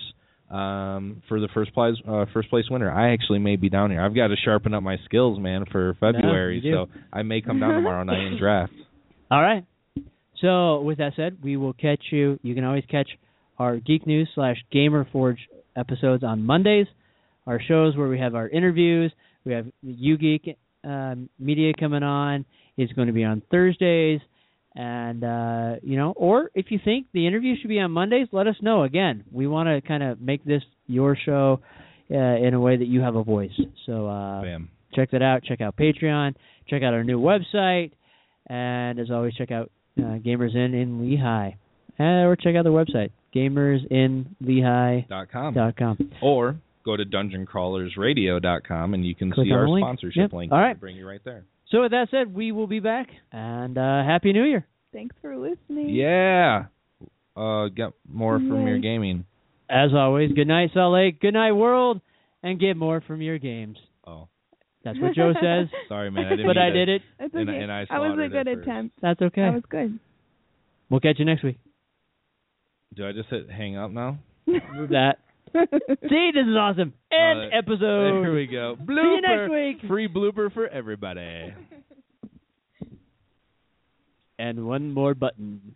Speaker 7: um, for the first prize uh, first place winner. I actually may be down here. I've got to sharpen up my skills, man, for February.
Speaker 6: you do.
Speaker 7: so I may come down tomorrow night and draft.
Speaker 6: All right. So with that said, we will catch you. You can always catch our Geek News slash Gamer Forge episodes on Mondays. Our shows where we have our interviews. We have U Geek um, Media coming on. It's going to be on Thursdays, and uh, you know, or if you think the interview should be on Mondays, let us know. Again, we want to kind of make this your show uh, in a way that you have a voice. So uh,
Speaker 7: Bam.
Speaker 6: check that out. Check out Patreon. Check out our new website. And as always, check out uh, Gamers In in Lehigh. Uh, or check out their website, gamersinlehigh.com.
Speaker 7: Dot com. or go to dungeoncrawlersradio.com and you can
Speaker 6: Click
Speaker 7: see
Speaker 6: on
Speaker 7: our
Speaker 6: the link.
Speaker 7: sponsorship
Speaker 6: Yep.
Speaker 7: link.
Speaker 6: All
Speaker 7: It'll
Speaker 6: right.
Speaker 7: bring you right there.
Speaker 6: So with that said, we will be back. And uh, Happy New Year.
Speaker 4: Thanks for listening.
Speaker 7: Yeah. Uh, get more from your
Speaker 4: Yay.
Speaker 7: gaming.
Speaker 6: As always, good night, Salt Lake. Good night, world. And get more from your games.
Speaker 7: Oh,
Speaker 6: That's what Joe says.
Speaker 7: sorry, man. I didn't
Speaker 6: but
Speaker 7: mean
Speaker 6: I
Speaker 7: to-
Speaker 6: did it.
Speaker 4: It's okay.
Speaker 7: And I- and I
Speaker 4: that was a
Speaker 7: slaughtered it
Speaker 4: good
Speaker 7: first.
Speaker 4: attempt.
Speaker 6: That's okay.
Speaker 4: That was good.
Speaker 6: We'll catch you next week.
Speaker 7: Do I just hit hang up now?
Speaker 6: Move that. See, this is awesome. End
Speaker 7: Uh,
Speaker 6: episode.
Speaker 7: There we go. Blooper.
Speaker 6: Oh. See you next week.
Speaker 7: Free blooper for everybody.
Speaker 6: And one more button.